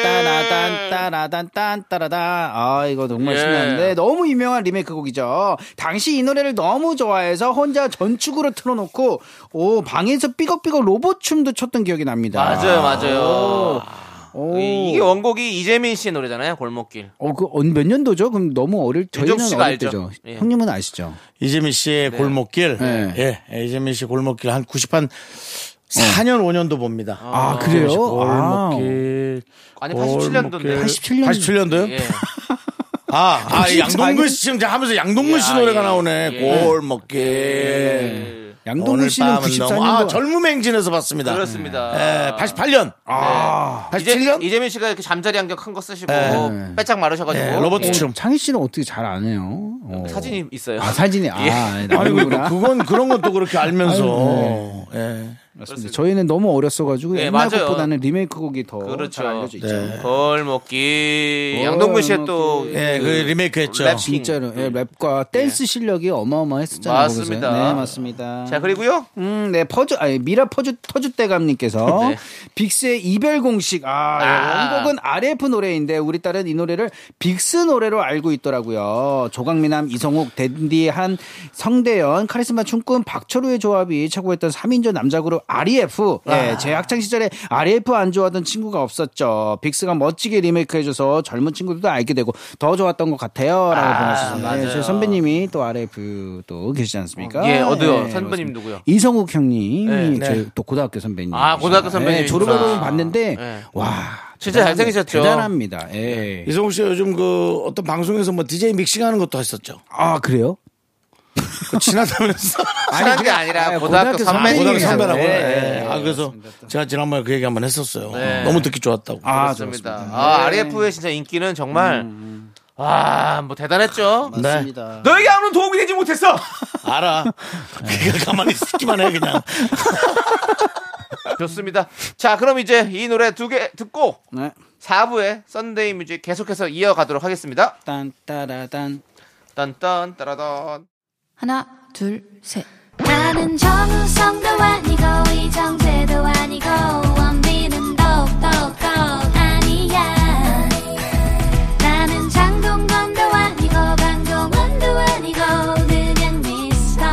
S6: 딴따라딴따라딴딴따라다. 아, 이거 정말
S2: 예.
S6: 신나는데 너무 유명한 리메이크 곡이죠. 당시 이 노래를 너무 좋아해서 혼자 전축으로 틀어놓고 오 방에서 삐걱삐걱 로봇 춤도 췄던 기억이 납니다.
S2: 맞아요, 맞아요.
S6: 오.
S1: 아.
S6: 오.
S2: 이게 원곡이 이재민 씨의 노래잖아요. 골목길.
S6: 어, 그 몇 년도죠? 그럼 너무 어릴
S2: 윤정
S6: 저희는
S2: 씨가
S6: 어릴
S2: 알죠.
S6: 때죠.
S2: 예.
S6: 형님은 아시죠?
S1: 이재민 씨의 골목길.
S6: 네.
S1: 예. 이재민 씨 골목길 한 90한 4년 5년도 봅니다.
S6: 어. 아, 그래요?
S1: 골목길.
S2: 아니,
S1: 골목길.
S2: 87년도인데.
S6: 87 년도.
S1: 87 년도요?
S2: 예.
S1: 아, 아
S6: 진짜
S1: 양동근 씨 지금 제가 하면서 양동근 씨
S2: 야,
S1: 노래가
S2: 예.
S1: 나오네.
S2: 예.
S1: 골목길.
S6: 양동근 씨는 94년도.
S1: 아, 젊음 행진에서 봤습니다.
S2: 그렇습니다.
S1: 예, 88년.
S2: 아,
S1: 87년?
S2: 이재민 씨가 이렇게 잠자리 안경 큰 거 쓰시고
S1: 예.
S2: 빼짝 마르셔가지고
S1: 예, 로버트 춤.
S6: 창희 씨는 어떻게 잘 아네요? 어.
S2: 사진이 있어요.
S6: 아, 사진이. 아,
S2: 예.
S1: 아니, 그러니까
S6: 나오는구나.
S1: 그건 그런 것도 그렇게 알면서.
S6: 아이고,
S1: 예.
S6: 맞습니다. 저희는 너무 어렸어가지고
S2: 예,
S6: 옛날
S2: 맞아요.
S6: 곡보다는 리메이크 곡이 더
S2: 그렇죠.
S6: 잘 알려져 있죠.
S1: 네.
S2: 골목길.
S6: 골목길.
S2: 양동근 씨의 또
S1: 예, 그 리메이크 했죠.
S2: 랩 시-
S6: 진짜로 예, 랩과 댄스 실력이 어마어마했었잖아요.
S2: 맞습니다.
S6: 거기서. 네, 맞습니다.
S2: 자, 그리고요.
S6: 음, 네, 퍼주, 아니, 미라 퍼주, 터줏대감님께서
S2: <laughs> 네.
S6: 빅스의 이별 공식. 아,
S2: 아.
S6: 예, 원곡은 RF 노래인데 우리 딸은 이 노래를 빅스 노래로 알고 있더라고요. 조강미남, 이성욱, 댄디한, 성대현, 카리스마 춤꾼, 박철우의 조합이 최고였던 3인조 남자그룹 RF.
S2: 아.
S6: 예, 제 학창시절에 RF 안 좋아하던 친구가 없었죠. 빅스가 멋지게 리메이크해줘서 젊은 친구들도 알게 되고 더 좋았던 것 같아요. 라고 보내주셨는데.
S2: 맞아요.
S6: 저희 선배님이 또 RF도 계시지 않습니까?
S2: 예, 어디요?
S6: 예,
S2: 선배님
S6: 그렇습니다.
S2: 누구요?
S6: 이성욱
S2: 네.
S6: 형님이 저희 또 고등학교 선배님. 네,
S2: 아, 고등학교 선배님.
S6: 졸업앨범
S2: 아.
S6: 봤는데
S2: 네.
S6: 와
S2: 진짜
S6: 대단합니다.
S2: 잘생기셨죠? 네.
S6: 대단합니다. 예.
S1: 이성욱 씨가 요즘 그 어떤 방송에서 뭐 DJ 믹싱하는 것도 했었죠.
S6: 아 그래요?
S1: 그 <laughs> 지나다면서.
S2: 친한 게 아니라 고등학교 선배님.
S1: 고등학교 선배라고.
S6: 네.
S1: 예. 아, 그래서 제가 지난번에 그 얘기 한번 했었어요.
S2: 네.
S1: 너무 듣기 좋았다고.
S6: 아
S2: 그렇습니다.
S6: 좋습니다.
S2: 아, RF의 진짜 인기는 정말 아, 뭐 대단했죠.
S6: 맞습니다.
S2: 너에게 아무런 도움이 되지 못했어.
S1: 네. 알아. <laughs> 그가 가만히 있기만 해, 그냥.
S2: 좋습니다. 자, 그럼 이제 이 노래 두 개 듣고
S6: 네.
S2: 4부에 썬데이 뮤직 계속해서 이어가도록 하겠습니다.
S6: 딴따라단
S2: 딴딴 따라단.
S7: 하나, 둘, 셋.
S5: 나는 정우성도 아니고 이정재도 아니고 원빈은 더욱더 아니야 나는 장동건도 아니고 강동원도 아니고 그냥 미스터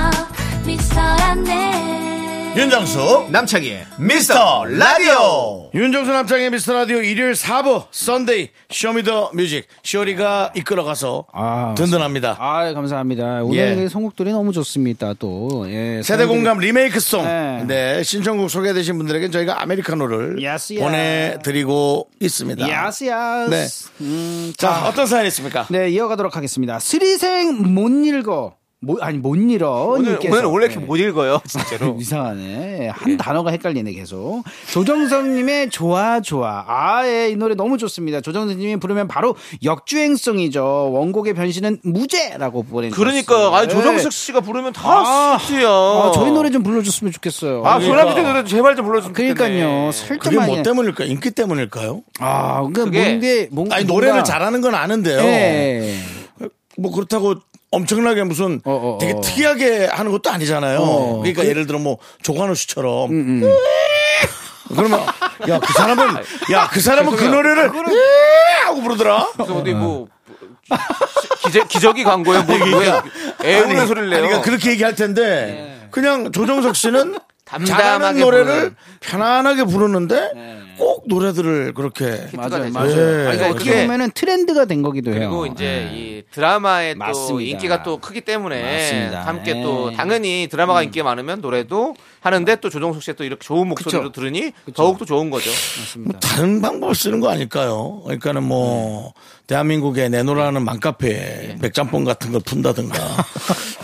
S5: 미스터란데
S1: 윤정수.
S2: 남창희의 미스터 라디오.
S1: 윤정수 남창의 미스터 라디오 일요일 4부, 썬데이, 쇼미더 뮤직. 쇼리가 이끌어가서
S6: 아,
S1: 든든합니다.
S6: 아 감사합니다. 오늘
S1: 예.
S6: 의 선곡들이 너무 좋습니다. 또 예,
S1: 세대
S6: 사람들이-
S1: 공감 리메이크송.
S6: 네.
S1: 네. 신청곡 소개되신 분들에게 저희가 아메리카노를
S6: Yes, yes.
S1: 보내드리고 있습니다.
S6: 야스 야스.
S1: 네.
S6: 음,
S1: 자, 어떤 사연이 있습니까?
S6: 네 이어가도록 하겠습니다. 스리생 못 읽어. 못- 아니 못 읽어.
S2: 오늘
S6: 님께서.
S2: 오늘 원래 이렇게
S6: 네.
S2: 못 읽어요, 아, 진짜로.
S6: <laughs> 이상하네. 한
S2: 예.
S6: 단어가 헷갈리네, 계속. 조정선님의 좋아, 좋아. 아, 예, 이 노래 너무 좋습니다. 조정선님이 부르면 바로 역주행성이죠. 원곡의 변신은 무죄라고 보내주셨어요.
S2: 그러니까 아
S6: 네.
S2: 조정석 씨가 부르면 다
S6: 아,
S2: 스트야.
S6: 아, 저희 노래 좀 불러줬으면 좋겠어요. 그러니까.
S2: 아, 조남지 노래 제발 좀 불러주면
S6: 그러니까요.
S1: 그게
S6: 살짝만.
S1: 뭐
S6: 그냥-
S1: 때문일까요? 인기 때문일까요?
S6: 아, 그러니까
S2: 그게-
S6: 뭔게, 뭔가.
S1: 아니, 노래를 잘하는 건 아는데요.
S6: 예.
S1: 뭐 그렇다고 엄청나게 무슨
S6: 어, 어,
S1: 되게
S6: 어.
S1: 특이하게 하는 것도 아니잖아요.
S6: 어. 음,
S1: 그러니까 예를 들어 뭐 조관우 씨처럼. 그러면 야 그 사람은 야 그 사람은 그 노래를
S6: 아,
S1: 예! 하고 부르더라.
S2: 그래서 어디 뭐 기적 기적이 광고에 뭐 뭐야 애우는 소리를 내요. 네.
S1: 그러니까 그렇게 얘기할 텐데 그냥 조정석 씨는 잘하는
S2: <laughs> 담담하게
S1: 노래를
S2: 부르는. 네.
S1: 편안하게 부르는데 꼭 노래들을 그렇게
S6: 맞아요,
S2: 되죠.
S6: 맞아요.
S1: 예.
S6: 그러니까 어떻게
S2: 네, 그게-
S6: 보면은 트렌드가 된 거기도 해요.
S2: 그리고 이제
S6: 예.
S2: 이 드라마의 또
S6: 맞습니다.
S2: 인기가 또 크기 때문에
S6: 맞습니다.
S2: 함께
S6: 예. 음.
S2: 또 당연히 드라마가 인기가 많으면 노래도 하는데 또 조정석 씨의 또 이렇게 좋은 목소리로 들으니 더욱 더 좋은 거죠.
S6: 맞습니다.
S1: 뭐 다른 방법을 쓰는 거 아닐까요? 그러니까는 뭐
S2: 네.
S1: 대한민국에 내놓으라는 맘카페에 맥짬뽕 같은 걸
S2: <laughs>
S1: 푼다든가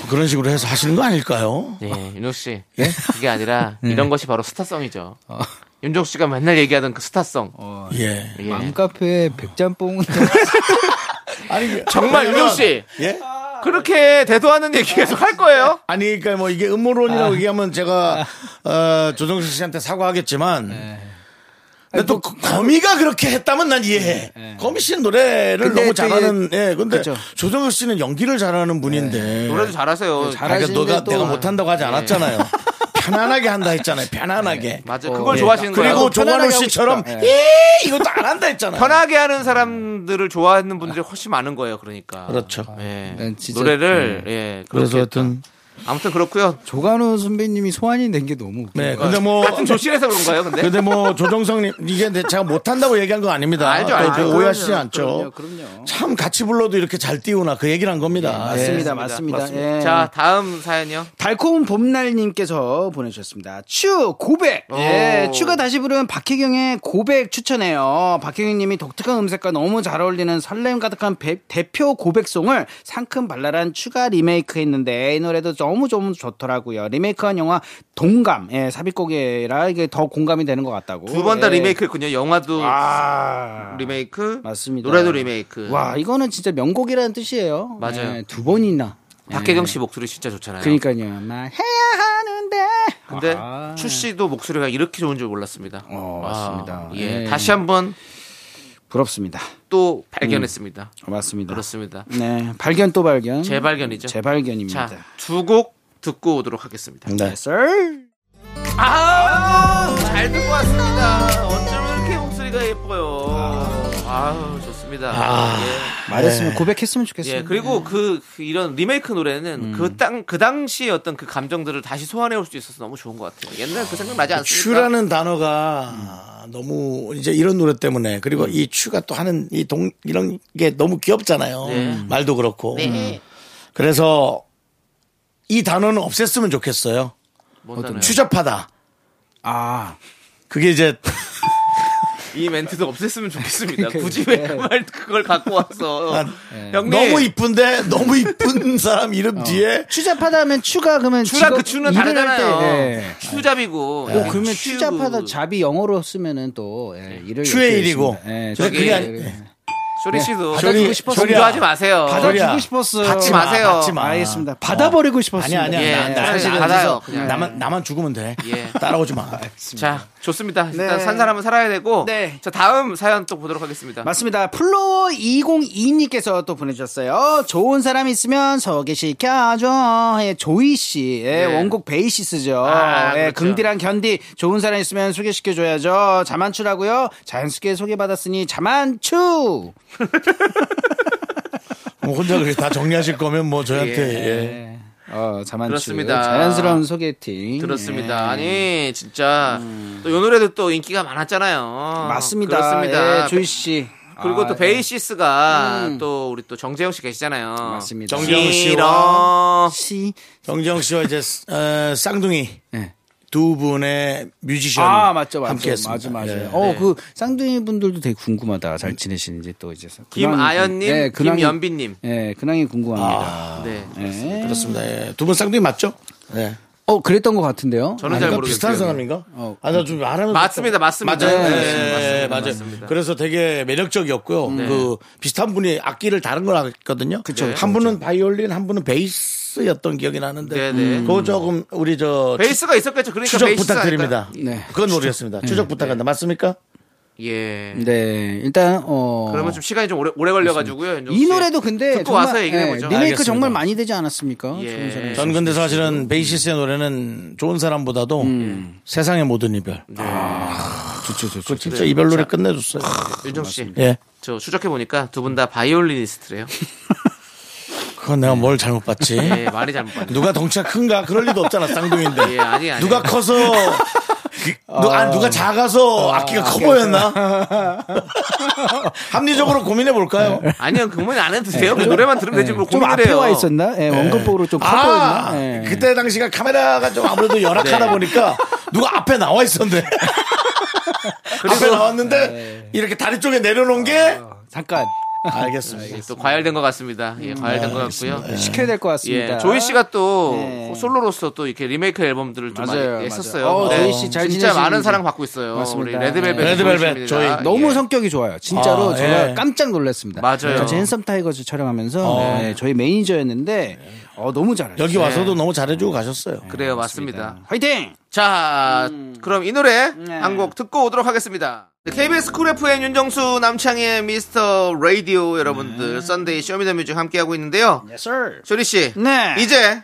S1: 그런 식으로 해서 하시는 거 아닐까요?
S2: 네, 윤호 씨.
S6: 예?
S2: 그게
S6: <laughs>
S2: 아니라 이런 것이 바로 스타성이죠.
S6: 어.
S2: 윤종 씨가 맨날 얘기하던 그 스타성.
S1: 예.
S2: 예.
S6: 맘카페에 아, 백짬뽕. <laughs>
S1: 아니 그
S2: 정말
S1: 왜냐면-
S2: 윤호 씨.
S1: 예?
S2: 그렇게 대도하는 얘기 계속 할 거예요?
S1: 아니 그러니까 뭐 이게
S2: 아.
S1: 음모론이라고 얘기하면 제가 어, 조정식 씨한테 사과하겠지만
S2: 네.
S1: 근데 또
S2: 뭐
S1: 거- 거미가 그렇게 했다면 난
S2: 네,
S1: 이해해. 거미 씨는 노래를
S6: 근데
S1: 너무
S6: 또
S1: 잘하는, 예, 근데
S6: 그쵸.
S1: 조정석 씨는 연기를 잘하는 분인데.
S2: 네. 노래도 잘하세요.
S6: 네, 잘-
S1: 그러니까
S6: 잘하시는데
S1: 너가
S6: 또-
S1: 내가 못한다고 하지 않았잖아요. 편안하게 한다 했잖아요. 편안하게. 어. 네.
S2: 맞아요. 그걸 좋아하시는 거예요.
S1: 그리고
S6: 나도 편안하게
S1: 조관우
S6: 하고
S1: 씨처럼
S6: 싶다.
S1: 예, 이것도 안 한다 했잖아요.
S2: 편하게 하는 사람들을 좋아하는 분들이 훨씬 많은 거예요. 그러니까.
S1: 그렇죠.
S2: 예.
S6: 난 네, 진짜-
S2: 노래를 예. 그렇게
S1: 그래서
S2: 했다.
S1: 하여튼
S2: 아무튼 그렇고요.
S6: 조관우 선배님이 소환이 된 게 너무 웃겨요.
S1: 네. 근데 뭐
S2: 같은 조실에서 그런가요? 근데
S1: 근데 뭐 조정성님 이게 내- 제가 못한다고 얘기한 거 아닙니다.
S2: 알죠,
S1: 또
S2: 알죠.
S1: 그 오해하시지
S6: 그럼요,
S1: 않죠.
S6: 그럼요.
S1: 참 같이 불러도 이렇게 잘 띄우나 그 얘기를 한 겁니다.
S6: 맞습니다, 맞습니다. 예.
S2: 아, 자 다음 사연요.
S6: 달콤 봄날님께서 보내주셨습니다. 추 고백. 예,
S2: 오.
S6: 추가 다시 부른 박혜경의 고백 추천해요. 박혜경님이 독특한 음색과 너무 잘 어울리는 설렘 가득한 배- 대표 고백송을 상큼 발랄한 추가 리메이크했는데 이 노래도 너무 좀 좋더라고요. 리메이크한 영화 동감. 예, 삽입곡이라 이게 더 공감이 되는 것 같다고.
S2: 두 번 다
S6: 예.
S2: 리메이크했군요. 영화도
S6: 아.
S2: 리메이크,
S6: 맞습니다.
S2: 노래도 리메이크.
S6: 와, 이거는 진짜 명곡이라는 뜻이에요.
S2: 맞아요.
S6: 예, 두 번이나.
S2: 박혜경 씨 목소리 진짜 좋잖아요.
S6: 예. 그러니까요. 막 해야 하는데.
S2: 근데
S6: 아.
S2: 추 씨도 목소리가 이렇게 좋은 줄 몰랐습니다.
S6: 어,
S2: 아,
S6: 맞습니다.
S2: 예.
S6: 예.
S2: 다시 한번
S6: 부럽습니다.
S2: 또 발견했습니다.
S6: 음. 맞습니다.
S2: 그렇습니다.
S6: 네, 발견 또 발견.
S2: 재발견이죠.
S6: 재발견입니다.
S2: 자, 두 곡 듣고 오도록 하겠습니다.
S1: 네.
S6: Yes, sir.
S2: 아우, 잘 듣고 왔습니다. 어쩜 이렇게 목소리가 예뻐요.
S6: 아.
S2: 아우, 좋습니다.
S6: 말했으면 고백했으면
S2: 예.
S6: 좋겠어요.
S2: 예, 그리고 그, 그 이런 리메이크 노래는 그, 땅, 그 당시의 어떤 그 감정들을 다시 소환해 올 수 있어서 너무 좋은 것 같아요. 옛날 그 생각 나지 않습니까?
S1: 추라는 단어가 너무 이제 이런 노래 때문에 그리고
S2: 음.
S1: 이 추가 또 하는 이 동 이런 게 너무 귀엽잖아요.
S2: 네.
S1: 말도 그렇고. 음.
S2: 네.
S1: 그래서 이 단어는 없앴으면 좋겠어요.
S2: 뭔 단어예요?
S1: 추잡하다.
S6: 아,
S1: 그게 이제
S2: 이 멘트도 없앴으면 좋겠습니다.
S6: 그러니까요.
S2: 굳이 왜 그말 그걸 갖고 와서 네.
S1: 난
S2: 형님 어.
S1: 너무 이쁜데 너무 이쁜 <laughs> 사람 이름 뒤에
S6: 추잡하다면 추가 그러면
S2: 추라
S6: 직업
S2: 그 추는
S6: 일을 할
S2: 다르잖아요.
S6: 때, 예.
S2: 추잡이고
S6: 오, 그러면
S2: 추- 네.
S6: 추잡하다 잡이 영어로 쓰면은 또 예, 일을
S1: 추의
S6: 이렇게
S1: 일이고.
S6: 했습니다. 예,
S1: 근데 그게 아니-
S6: 일을.
S2: 쇼리 씨도
S1: 쇼리-
S2: 받아주고 싶어서
S1: 쇼리야.
S2: 공조하지 마세요.
S6: 받아주고
S1: 소리야.
S6: 싶었어요.
S1: 받지
S2: 마세요.
S1: 마, 받지 마.
S6: 알겠습니다. 받아버리고
S1: 아니
S6: 싶었습니다.
S1: 아니
S2: 예,
S1: 야
S2: 예,
S1: 나 사실은
S2: 받아요,
S1: 그래서
S2: 그냥.
S1: 나만 나만 죽으면 돼.
S2: 예.
S1: 따라오지
S2: <laughs>
S1: 마.
S2: 자, 좋습니다. 일단
S6: 네.
S2: 산 사람은 살아야 되고
S6: 네.
S2: 자, 다음 사연 또 보도록 하겠습니다.
S6: 맞습니다. 플로어 202님께서 또 보내주셨어요. 좋은 사람 있으면 소개시켜줘. 예, 조이 씨. 예,
S2: 네.
S6: 원곡 베이시스죠.
S2: 아,
S6: 예,
S2: 그렇죠.
S6: 긍디랑 견디. 좋은 사람 있으면 소개시켜줘야죠. 자만추라고요. 자연스럽게 소개받았으니 자만추.
S1: 뭐 혼자 그렇게 다 정리하실 거면 뭐 저한테 예.
S6: 어, 자만추.
S2: 그렇습니다.
S6: 자연스러운 소개팅.
S2: 그렇습니다.
S6: 예. 음.
S2: 아니, 진짜 또 이 노래도 또 인기가 많았잖아요.
S6: 예. 맞습니다.
S2: 그렇습니다.
S6: 예, 조이 씨.
S2: 그리고
S6: 아, 음.
S2: 또 베이시스가 또 우리 또 정재영 씨 계시잖아요.
S6: 맞습니다.
S1: 정재영 씨와-
S2: 씨랑
S6: 씨.
S1: 정정 씨와 이제 어, 쌍둥이
S6: 예.
S1: 두 분의 뮤지션
S6: 아 맞죠 맞죠
S1: 함께했습니다.
S6: 맞아 맞아.
S1: 예.
S6: 어그 쌍둥이 분들도 되게 궁금하다. 잘 지내시는지 또 이제 근황이
S2: 김아연님,
S6: 궁- 예, 근황이-
S2: 김연비님.
S6: 예 근황이
S1: 아.
S6: 궁금합니다.
S2: 네.
S6: 예.
S1: 그렇습니다. 예. 두분 쌍둥이 맞죠? 네.
S6: 어 그랬던 것 같은데요.
S2: 저는
S1: 아닌가?
S2: 잘 모르겠어요.
S1: 비슷한 사람인가?
S6: 어.
S1: 아, 나좀 알아는
S2: 맞습니다, 맞습니다.
S1: 맞아요.
S2: 네,
S1: 네,
S2: 맞습니다,
S1: 맞아요.
S2: 맞습니다. 네.
S1: 그래서 되게 매력적이었고요. 그 비슷한 분이 악기를 다른 걸 하거든요.
S2: 그쵸,
S1: 한 분은 바이올린, 한 분은 베이스였던 기억이 나는데 음.
S2: 네, 네.
S1: 그거 조금 우리 저
S2: 베이스가 있었겠죠.
S1: 추-
S2: 그러니까
S1: 추적
S2: 베이스
S1: 부탁드립니다.
S6: 네.
S1: 그건 모르겠습니다. 추적 부탁한다. 맞습니까?
S2: 예.
S6: 네 일단 어
S2: 그러면 좀 시간이 좀 오래, 오래 걸려가지고요. 윤종
S6: 이
S2: 씨.
S6: 노래도 근데
S2: 듣고
S6: 정말,
S2: 와서 얘기해
S6: 예,
S2: 보죠.
S6: 리메이크
S1: 알겠습니다.
S6: 정말 많이 되지 않았습니까?
S2: 예.
S6: 조금 전에.
S1: 전 근데 사실은 베이시스의 노래는 좋은 사람보다도 세상의 모든 이별.
S6: 좋죠 좋죠.
S1: 그 음. 네. 아, 진짜 이별 노래 끝내줬어요.
S6: 아,
S2: 윤정 씨,
S1: 예.
S2: 저 추적해 보니까 두 분 다 바이올리니스트래요.
S1: 그건 내가 뭘 잘못 봤지?
S2: 예, 말이 잘못 봤네.
S1: 누가 덩치가 큰가? 그럴 리도 없잖아, 쌍둥이인데.
S2: 예, 아니 아니.
S1: 누가 <laughs> 커서 그- 누, 아, 누가 작아서 악기가 커 <laughs> 보였나? 합리적으로 고민해 볼까요?
S2: 아니요, 그건 안 해도 돼요. 그 노래만 들으면 되지 뭐
S6: 예. 좀
S2: 고민을
S6: 앞에
S2: 해요.
S6: 와 있었나? 예, 원곡보로 좀 커보였나? 예.
S1: 아, 그때 당시가 카메라가 좀 아무래도 열악하다
S2: 네.
S1: 보니까 누가 앞에 나와 있었는데. 앞에 나왔는데 이렇게 다리 쪽에 내려놓은 게
S6: 잠깐
S1: 알겠습니다.
S2: 예, 또 과열된 것 같습니다. 예, 과열된
S6: 음, 아,
S2: 것 같고요.
S6: 시켜야 될 것 같습니다.
S2: 예, 조이 씨가 또
S6: 네.
S2: 솔로로서 또 이렇게 리메이크 앨범들을 좀
S6: 맞아요,
S2: 많이
S6: 맞아요.
S2: 했었어요.
S6: 어,
S2: 네.
S6: 조이 씨잘
S2: 진짜 많은
S6: 지내시는지.
S2: 사랑 받고 있어요. 우리
S6: 맞습니다.
S2: 레드벨벳,
S6: 네.
S1: 레드벨벳
S2: 조이.
S1: 조이.
S2: 씨입니다.
S6: 너무
S2: 예.
S6: 성격이 좋아요. 진짜로
S1: 아,
S6: 제가
S1: 예.
S6: 깜짝 놀랐습니다.
S2: 맞아요.
S6: 저 젠섬 타이거즈 촬영하면서 네, 저희 매니저였는데 어, 너무 잘하셨어요.
S1: 어. 여기 와서도 너무 잘해주고 가셨어요.
S2: 그래요, 맞습니다.
S6: 화이팅!
S2: 자,
S6: 음.
S2: 그럼 이 노래
S6: 네.
S2: 한 곡 듣고 오도록 하겠습니다. KBS 쿨 FM 윤정수 남창희의 미스터 라디오
S6: 네.
S2: 여러분들 썬데이 쇼미더뮤직 함께하고 있는데요. 조리 씨,
S6: 네.
S2: 이제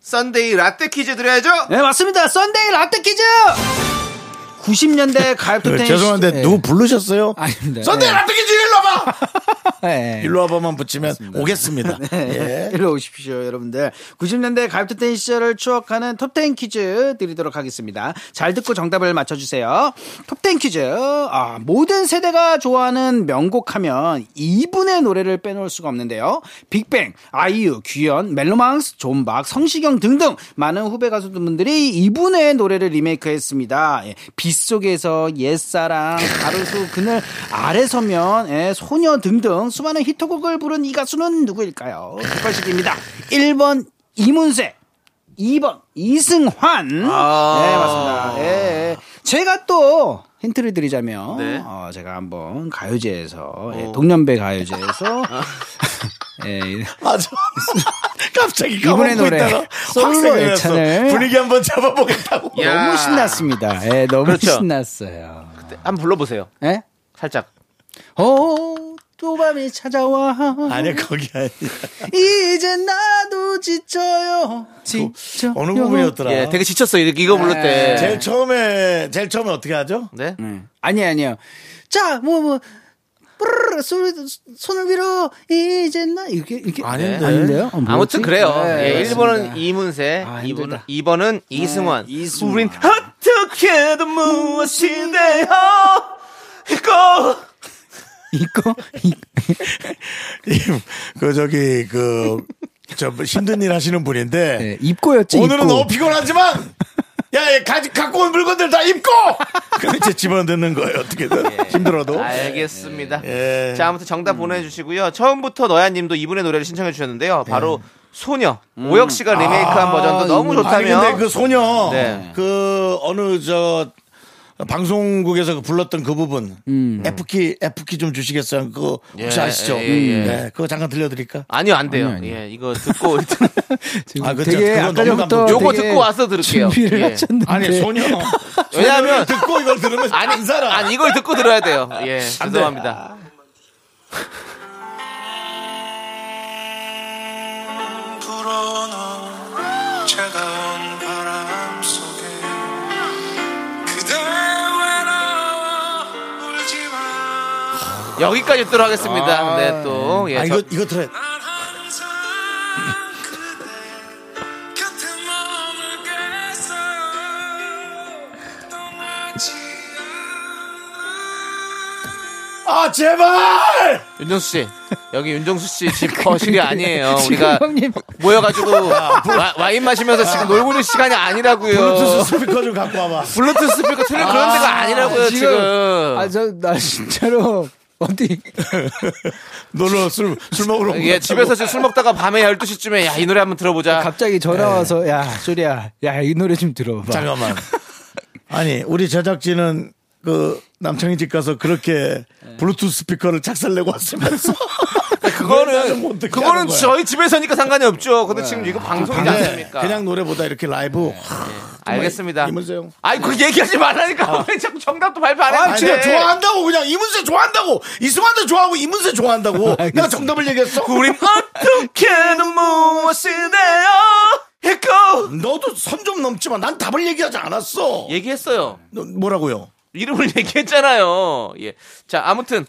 S2: 썬데이 라떼 퀴즈 드려야죠.
S6: 네 맞습니다. 썬데이 라떼 퀴즈. 90년대 가요톱텐
S1: <laughs>
S6: 네.
S1: 죄송한데 누구 부르셨어요?
S6: 아닙니다.
S1: 선대
S6: 예.
S1: 라떼 퀴즈 일로 봐.
S6: 네.
S1: 일로 와봐만 붙이면 오겠습니다.
S6: <laughs>
S1: 예.
S6: 일로 오십시오, 여러분들. 90년대 가입톱텐 시절을 추억하는 톱텐 퀴즈 드리도록 하겠습니다. 잘 듣고 정답을 맞춰주세요. 톱텐 퀴즈. 아, 모든 세대가 좋아하는 명곡 하면 이분의 노래를 빼놓을 수가 없는데요. 빅뱅, 아이유, 귀연, 멜로망스, 존박, 성시경 등등 많은 후배 가수분들이 이분의 노래를 리메이크했습니다. 예, 빗속에서 옛사랑, 가로수 그늘 아래 서면, 예, 소녀 등등 수많은 히트곡을 부른 이 가수는 누구일까요? 객관식입니다. 1번 이문세, 2번 이승환.
S2: 아.
S6: 네, 맞습니다. 예, 예. 제가 또 힌트를 드리자면,
S2: 네.
S6: 어, 제가 한번 가요제에서, 예, 동년배
S1: <laughs>
S6: 가요제에서,
S1: 아.
S6: <laughs> 예,
S1: 맞아. <laughs> 갑자기
S6: 이분의
S1: 까먹고
S6: 노래,
S1: 있다가
S6: 솔로
S1: 확 생각났어.
S6: 애찬을.
S1: 분위기 한번 잡아보겠다고.
S2: 야.
S6: 너무 신났습니다. 예, 너무
S2: 그렇죠.
S6: 신났어요.
S2: 한번 불러보세요.
S6: 예?
S2: 살짝.
S6: 어, 또 밤이 찾아와.
S1: 아니야 그 거기 아니야.
S6: 예. 이제 나도 지쳐요. 지쳐요.
S1: 그
S6: 네.
S1: 어느 부분이었더라.
S2: 예, 되게 지쳤어. 이렇게 이거 불렀 때.
S1: 제일 처음에 제일 처음에 어떻게 하죠?
S2: 네.
S6: 예. 아니 아니요. 자, 뭐 뭐. 뿌르르 소리 손을 위로 이제 나 이렇게 이렇게
S2: 아닌데.
S6: 네, 아닌데요? 어, 뭐였지?
S2: 네. 아무튼 그래요.
S6: 네,
S2: 예,
S6: 맞습니다.
S2: 1번은 이문세,
S6: 아,
S2: 이 2번,
S6: 힘들다. 네,
S2: 2번은 이승환.
S6: 이승환.
S2: 우린 어떻게든 무엇이돼요 이거
S6: 이거 이거.
S1: 그 저기 그 저 힘든 일 하시는 분인데
S6: 네, 입고였지.
S1: 오늘은
S6: 입고.
S1: 너무 피곤하지만 야, 얘 가지 갖고 온 물건들 다 입고 그래 이제 집어넣는 거예요 어떻게든 힘들어도
S2: 아, 알겠습니다.
S6: 네.
S1: 예.
S2: 자, 아무튼 정답
S6: 음.
S2: 보내주시고요. 처음부터 너야님도 이분의 노래를 신청해 주셨는데요.
S6: 네.
S2: 바로 소녀
S6: 음.
S2: 오혁 씨가
S6: 아,
S2: 리메이크한 버전도 너무
S1: 아니
S2: 좋다며.
S1: 근데 그 소녀
S2: 네.
S1: 그 어느 저 방송국에서 그 불렀던 그 부분 F키 F키 좀 주시겠어요? 그거 혹시
S2: 음. 예,
S1: 아시죠?
S2: 예, 예.
S1: 네, 그거 잠깐 들려드릴까?
S2: 아니요, 안 돼요. 예, 이거
S6: <laughs>
S2: 듣고 일단
S6: 지금
S1: 아, 그쵸.
S6: 되게
S1: 그건 너무
S6: 아까 전부터
S1: 감동.
S2: 요거
S6: 되게
S2: 듣고 와서 들을게요.
S6: 준비를
S2: 예.
S6: 하셨는데.
S1: 아니 소녀 <laughs> 소녀를
S2: 왜냐하면-
S1: 듣고 이걸 들으면
S2: 아니,
S1: 안 살아
S2: 아니 이걸 듣고 들어야 돼요. 예,
S1: 안
S2: 죄송합니다.
S8: 불어넣은 차가운 바람 속에 그대 외로워 울지마
S2: 여기까지 듣도록 하겠습니다. 네, 또 예,
S1: 아,
S2: 저-
S1: 이거 이거 들어
S8: 난 항상 그대 곁에 머물겠어요 떠나지 않아
S1: 아 제발
S2: 윤정수 씨 여기 윤정수 씨 집 거실이 아니에요. 우리가
S6: 형님
S2: 모여가지고 와, 와인 마시면서 지금 놀고 있는 시간이
S1: 블루투스
S2: 아니라고요.
S1: 스피커 좀 갖고 <laughs> 와봐
S2: 블루투스 스피커 틀린 그런 데가 아니라고요 지금.
S6: 아저 나 진짜로 어디
S1: 놀러 술, 술 먹으러 온
S2: 예,
S1: 거야.
S2: 집에서 지금 술 먹다가 밤에 12시쯤에 야, 이 노래 한번 들어보자.
S6: 갑자기
S2: 네.
S6: 전화 와서 야 소리야 야 이 노래 좀 들어봐.
S1: <laughs> 잠깐만. 아니, 우리 제작진은 그 남창희 집 가서 그렇게 블루투스 스피커를 착살내고 왔으면서.
S2: 네. <laughs> 그거는
S1: 못 듣게 하는
S2: 그거는
S1: 거야.
S2: 저희 집에서니까 상관이 없죠. 근데 지금 이거 방송이지
S1: 근데
S2: 않습니까? 네.
S1: 그냥 노래보다 이렇게 라이브.
S2: 알겠습니다.
S1: 이문세 형.
S2: 아니, 그 얘기하지 말라니까. 왜 자꾸 정답도 발표 안
S1: 아,
S2: 했는데.
S1: 진짜 좋아한다고 그냥 이문세 좋아한다고 이승환도 좋아하고 이문세 <laughs> 좋아한다고 내가 정답을 얘기했어. 그
S2: 우린 어떻게든 무엇이돼요 했고.
S1: 너도 선 좀 넘지만 난 답을 얘기하지 않았어.
S2: 얘기했어요.
S1: 너 뭐라고요?
S2: 이름을 <laughs> 얘기했잖아요. 예. 자, 아무튼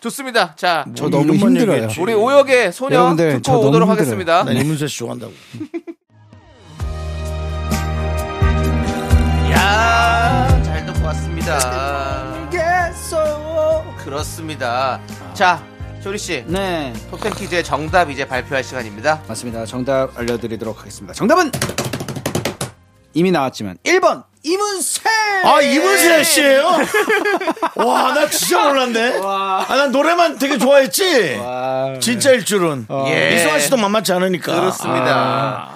S2: 좋습니다. 자,
S6: 저 너무
S1: 이름만
S6: 힘들어요.
S1: 얘기했지.
S2: 우리 오역의 소녀
S6: 뭐, 여러분들,
S2: 듣고
S6: 저 너무
S2: 오도록
S6: 힘들어요.
S2: 하겠습니다.
S1: 난 이문세 씨 좋아한다고.
S2: 야, 잘 듣고 왔습니다.
S6: 깼어요.
S2: 그렇습니다. 자, 쇼리 씨,
S6: 네
S2: 톡텐 퀴즈의 정답 이제 발표할 시간입니다.
S6: 맞습니다. 정답 알려드리도록 하겠습니다. 정답은 이미 나왔지만 1번 이문세.
S1: 아
S2: 네.
S1: 이문세 씨예요? 와 나 진짜 몰랐네.
S6: 와.
S1: 아 난 노래만 되게 좋아했지.
S6: 아,
S1: 진짜일 줄은.
S2: 예.
S1: 이승환 씨도 만만치 않으니까. 아.
S2: 그렇습니다.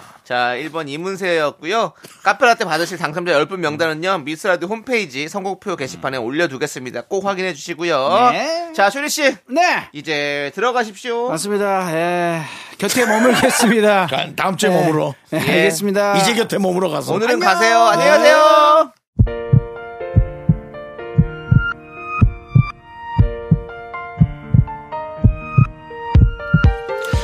S6: 아.
S2: 자, 1번 이문세였고요. 카페라떼 받으실 당첨자 10분 명단은요. 미스라디 홈페이지 선곡표 게시판에 올려두겠습니다. 꼭 확인해 주시고요.
S6: 네. 아,
S2: 자, 쇼리 씨,
S6: 네
S2: 이제 들어가십시오.
S6: 맞습니다. 예.
S1: <laughs>
S6: 곁에 머물겠습니다.
S1: 아, 다음 주에 머물러.
S6: 예, 알겠습니다.
S1: 이제 곁에 머물러 가서.
S2: 네. 아. 오늘은
S6: 안녕. 네.
S2: 가세요. 안녕히 가세요.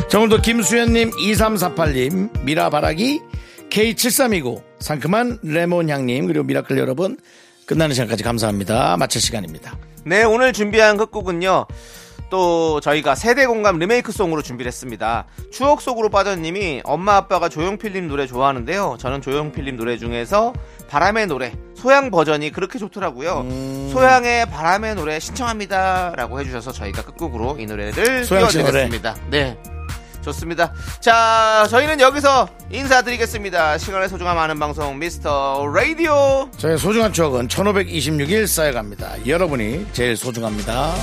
S1: 자, 오늘도 김수현님, 2348님, 미라바라기, K7329, 상큼한 레몬향님, 그리고 미라클 여러분, 끝나는 시간까지 감사합니다. 마칠 시간입니다.
S2: 네, 오늘 준비한 끝곡은요. 또 저희가 세대 공감 리메이크 송으로 준비를 했습니다. 추억 속으로 빠져님이 엄마 아빠가 조용필님 노래 좋아하는데요. 저는 조용필님 노래 중에서 바람의 노래 소양 버전이 그렇게 좋더라고요.
S1: 음.
S2: 소양의 바람의 노래 신청합니다라고 해주셔서 저희가 끝곡으로 이 노래를
S1: 소양 씨 노래.
S2: 띄워드리겠습니다. 네. 좋습니다. 자, 저희는 여기서 인사드리겠습니다. 시간의 소중함 아는 방송 미스터 라디오.
S1: 저의 소중한 추억은 1526일 쌓여갑니다. 여러분이 제일 소중합니다.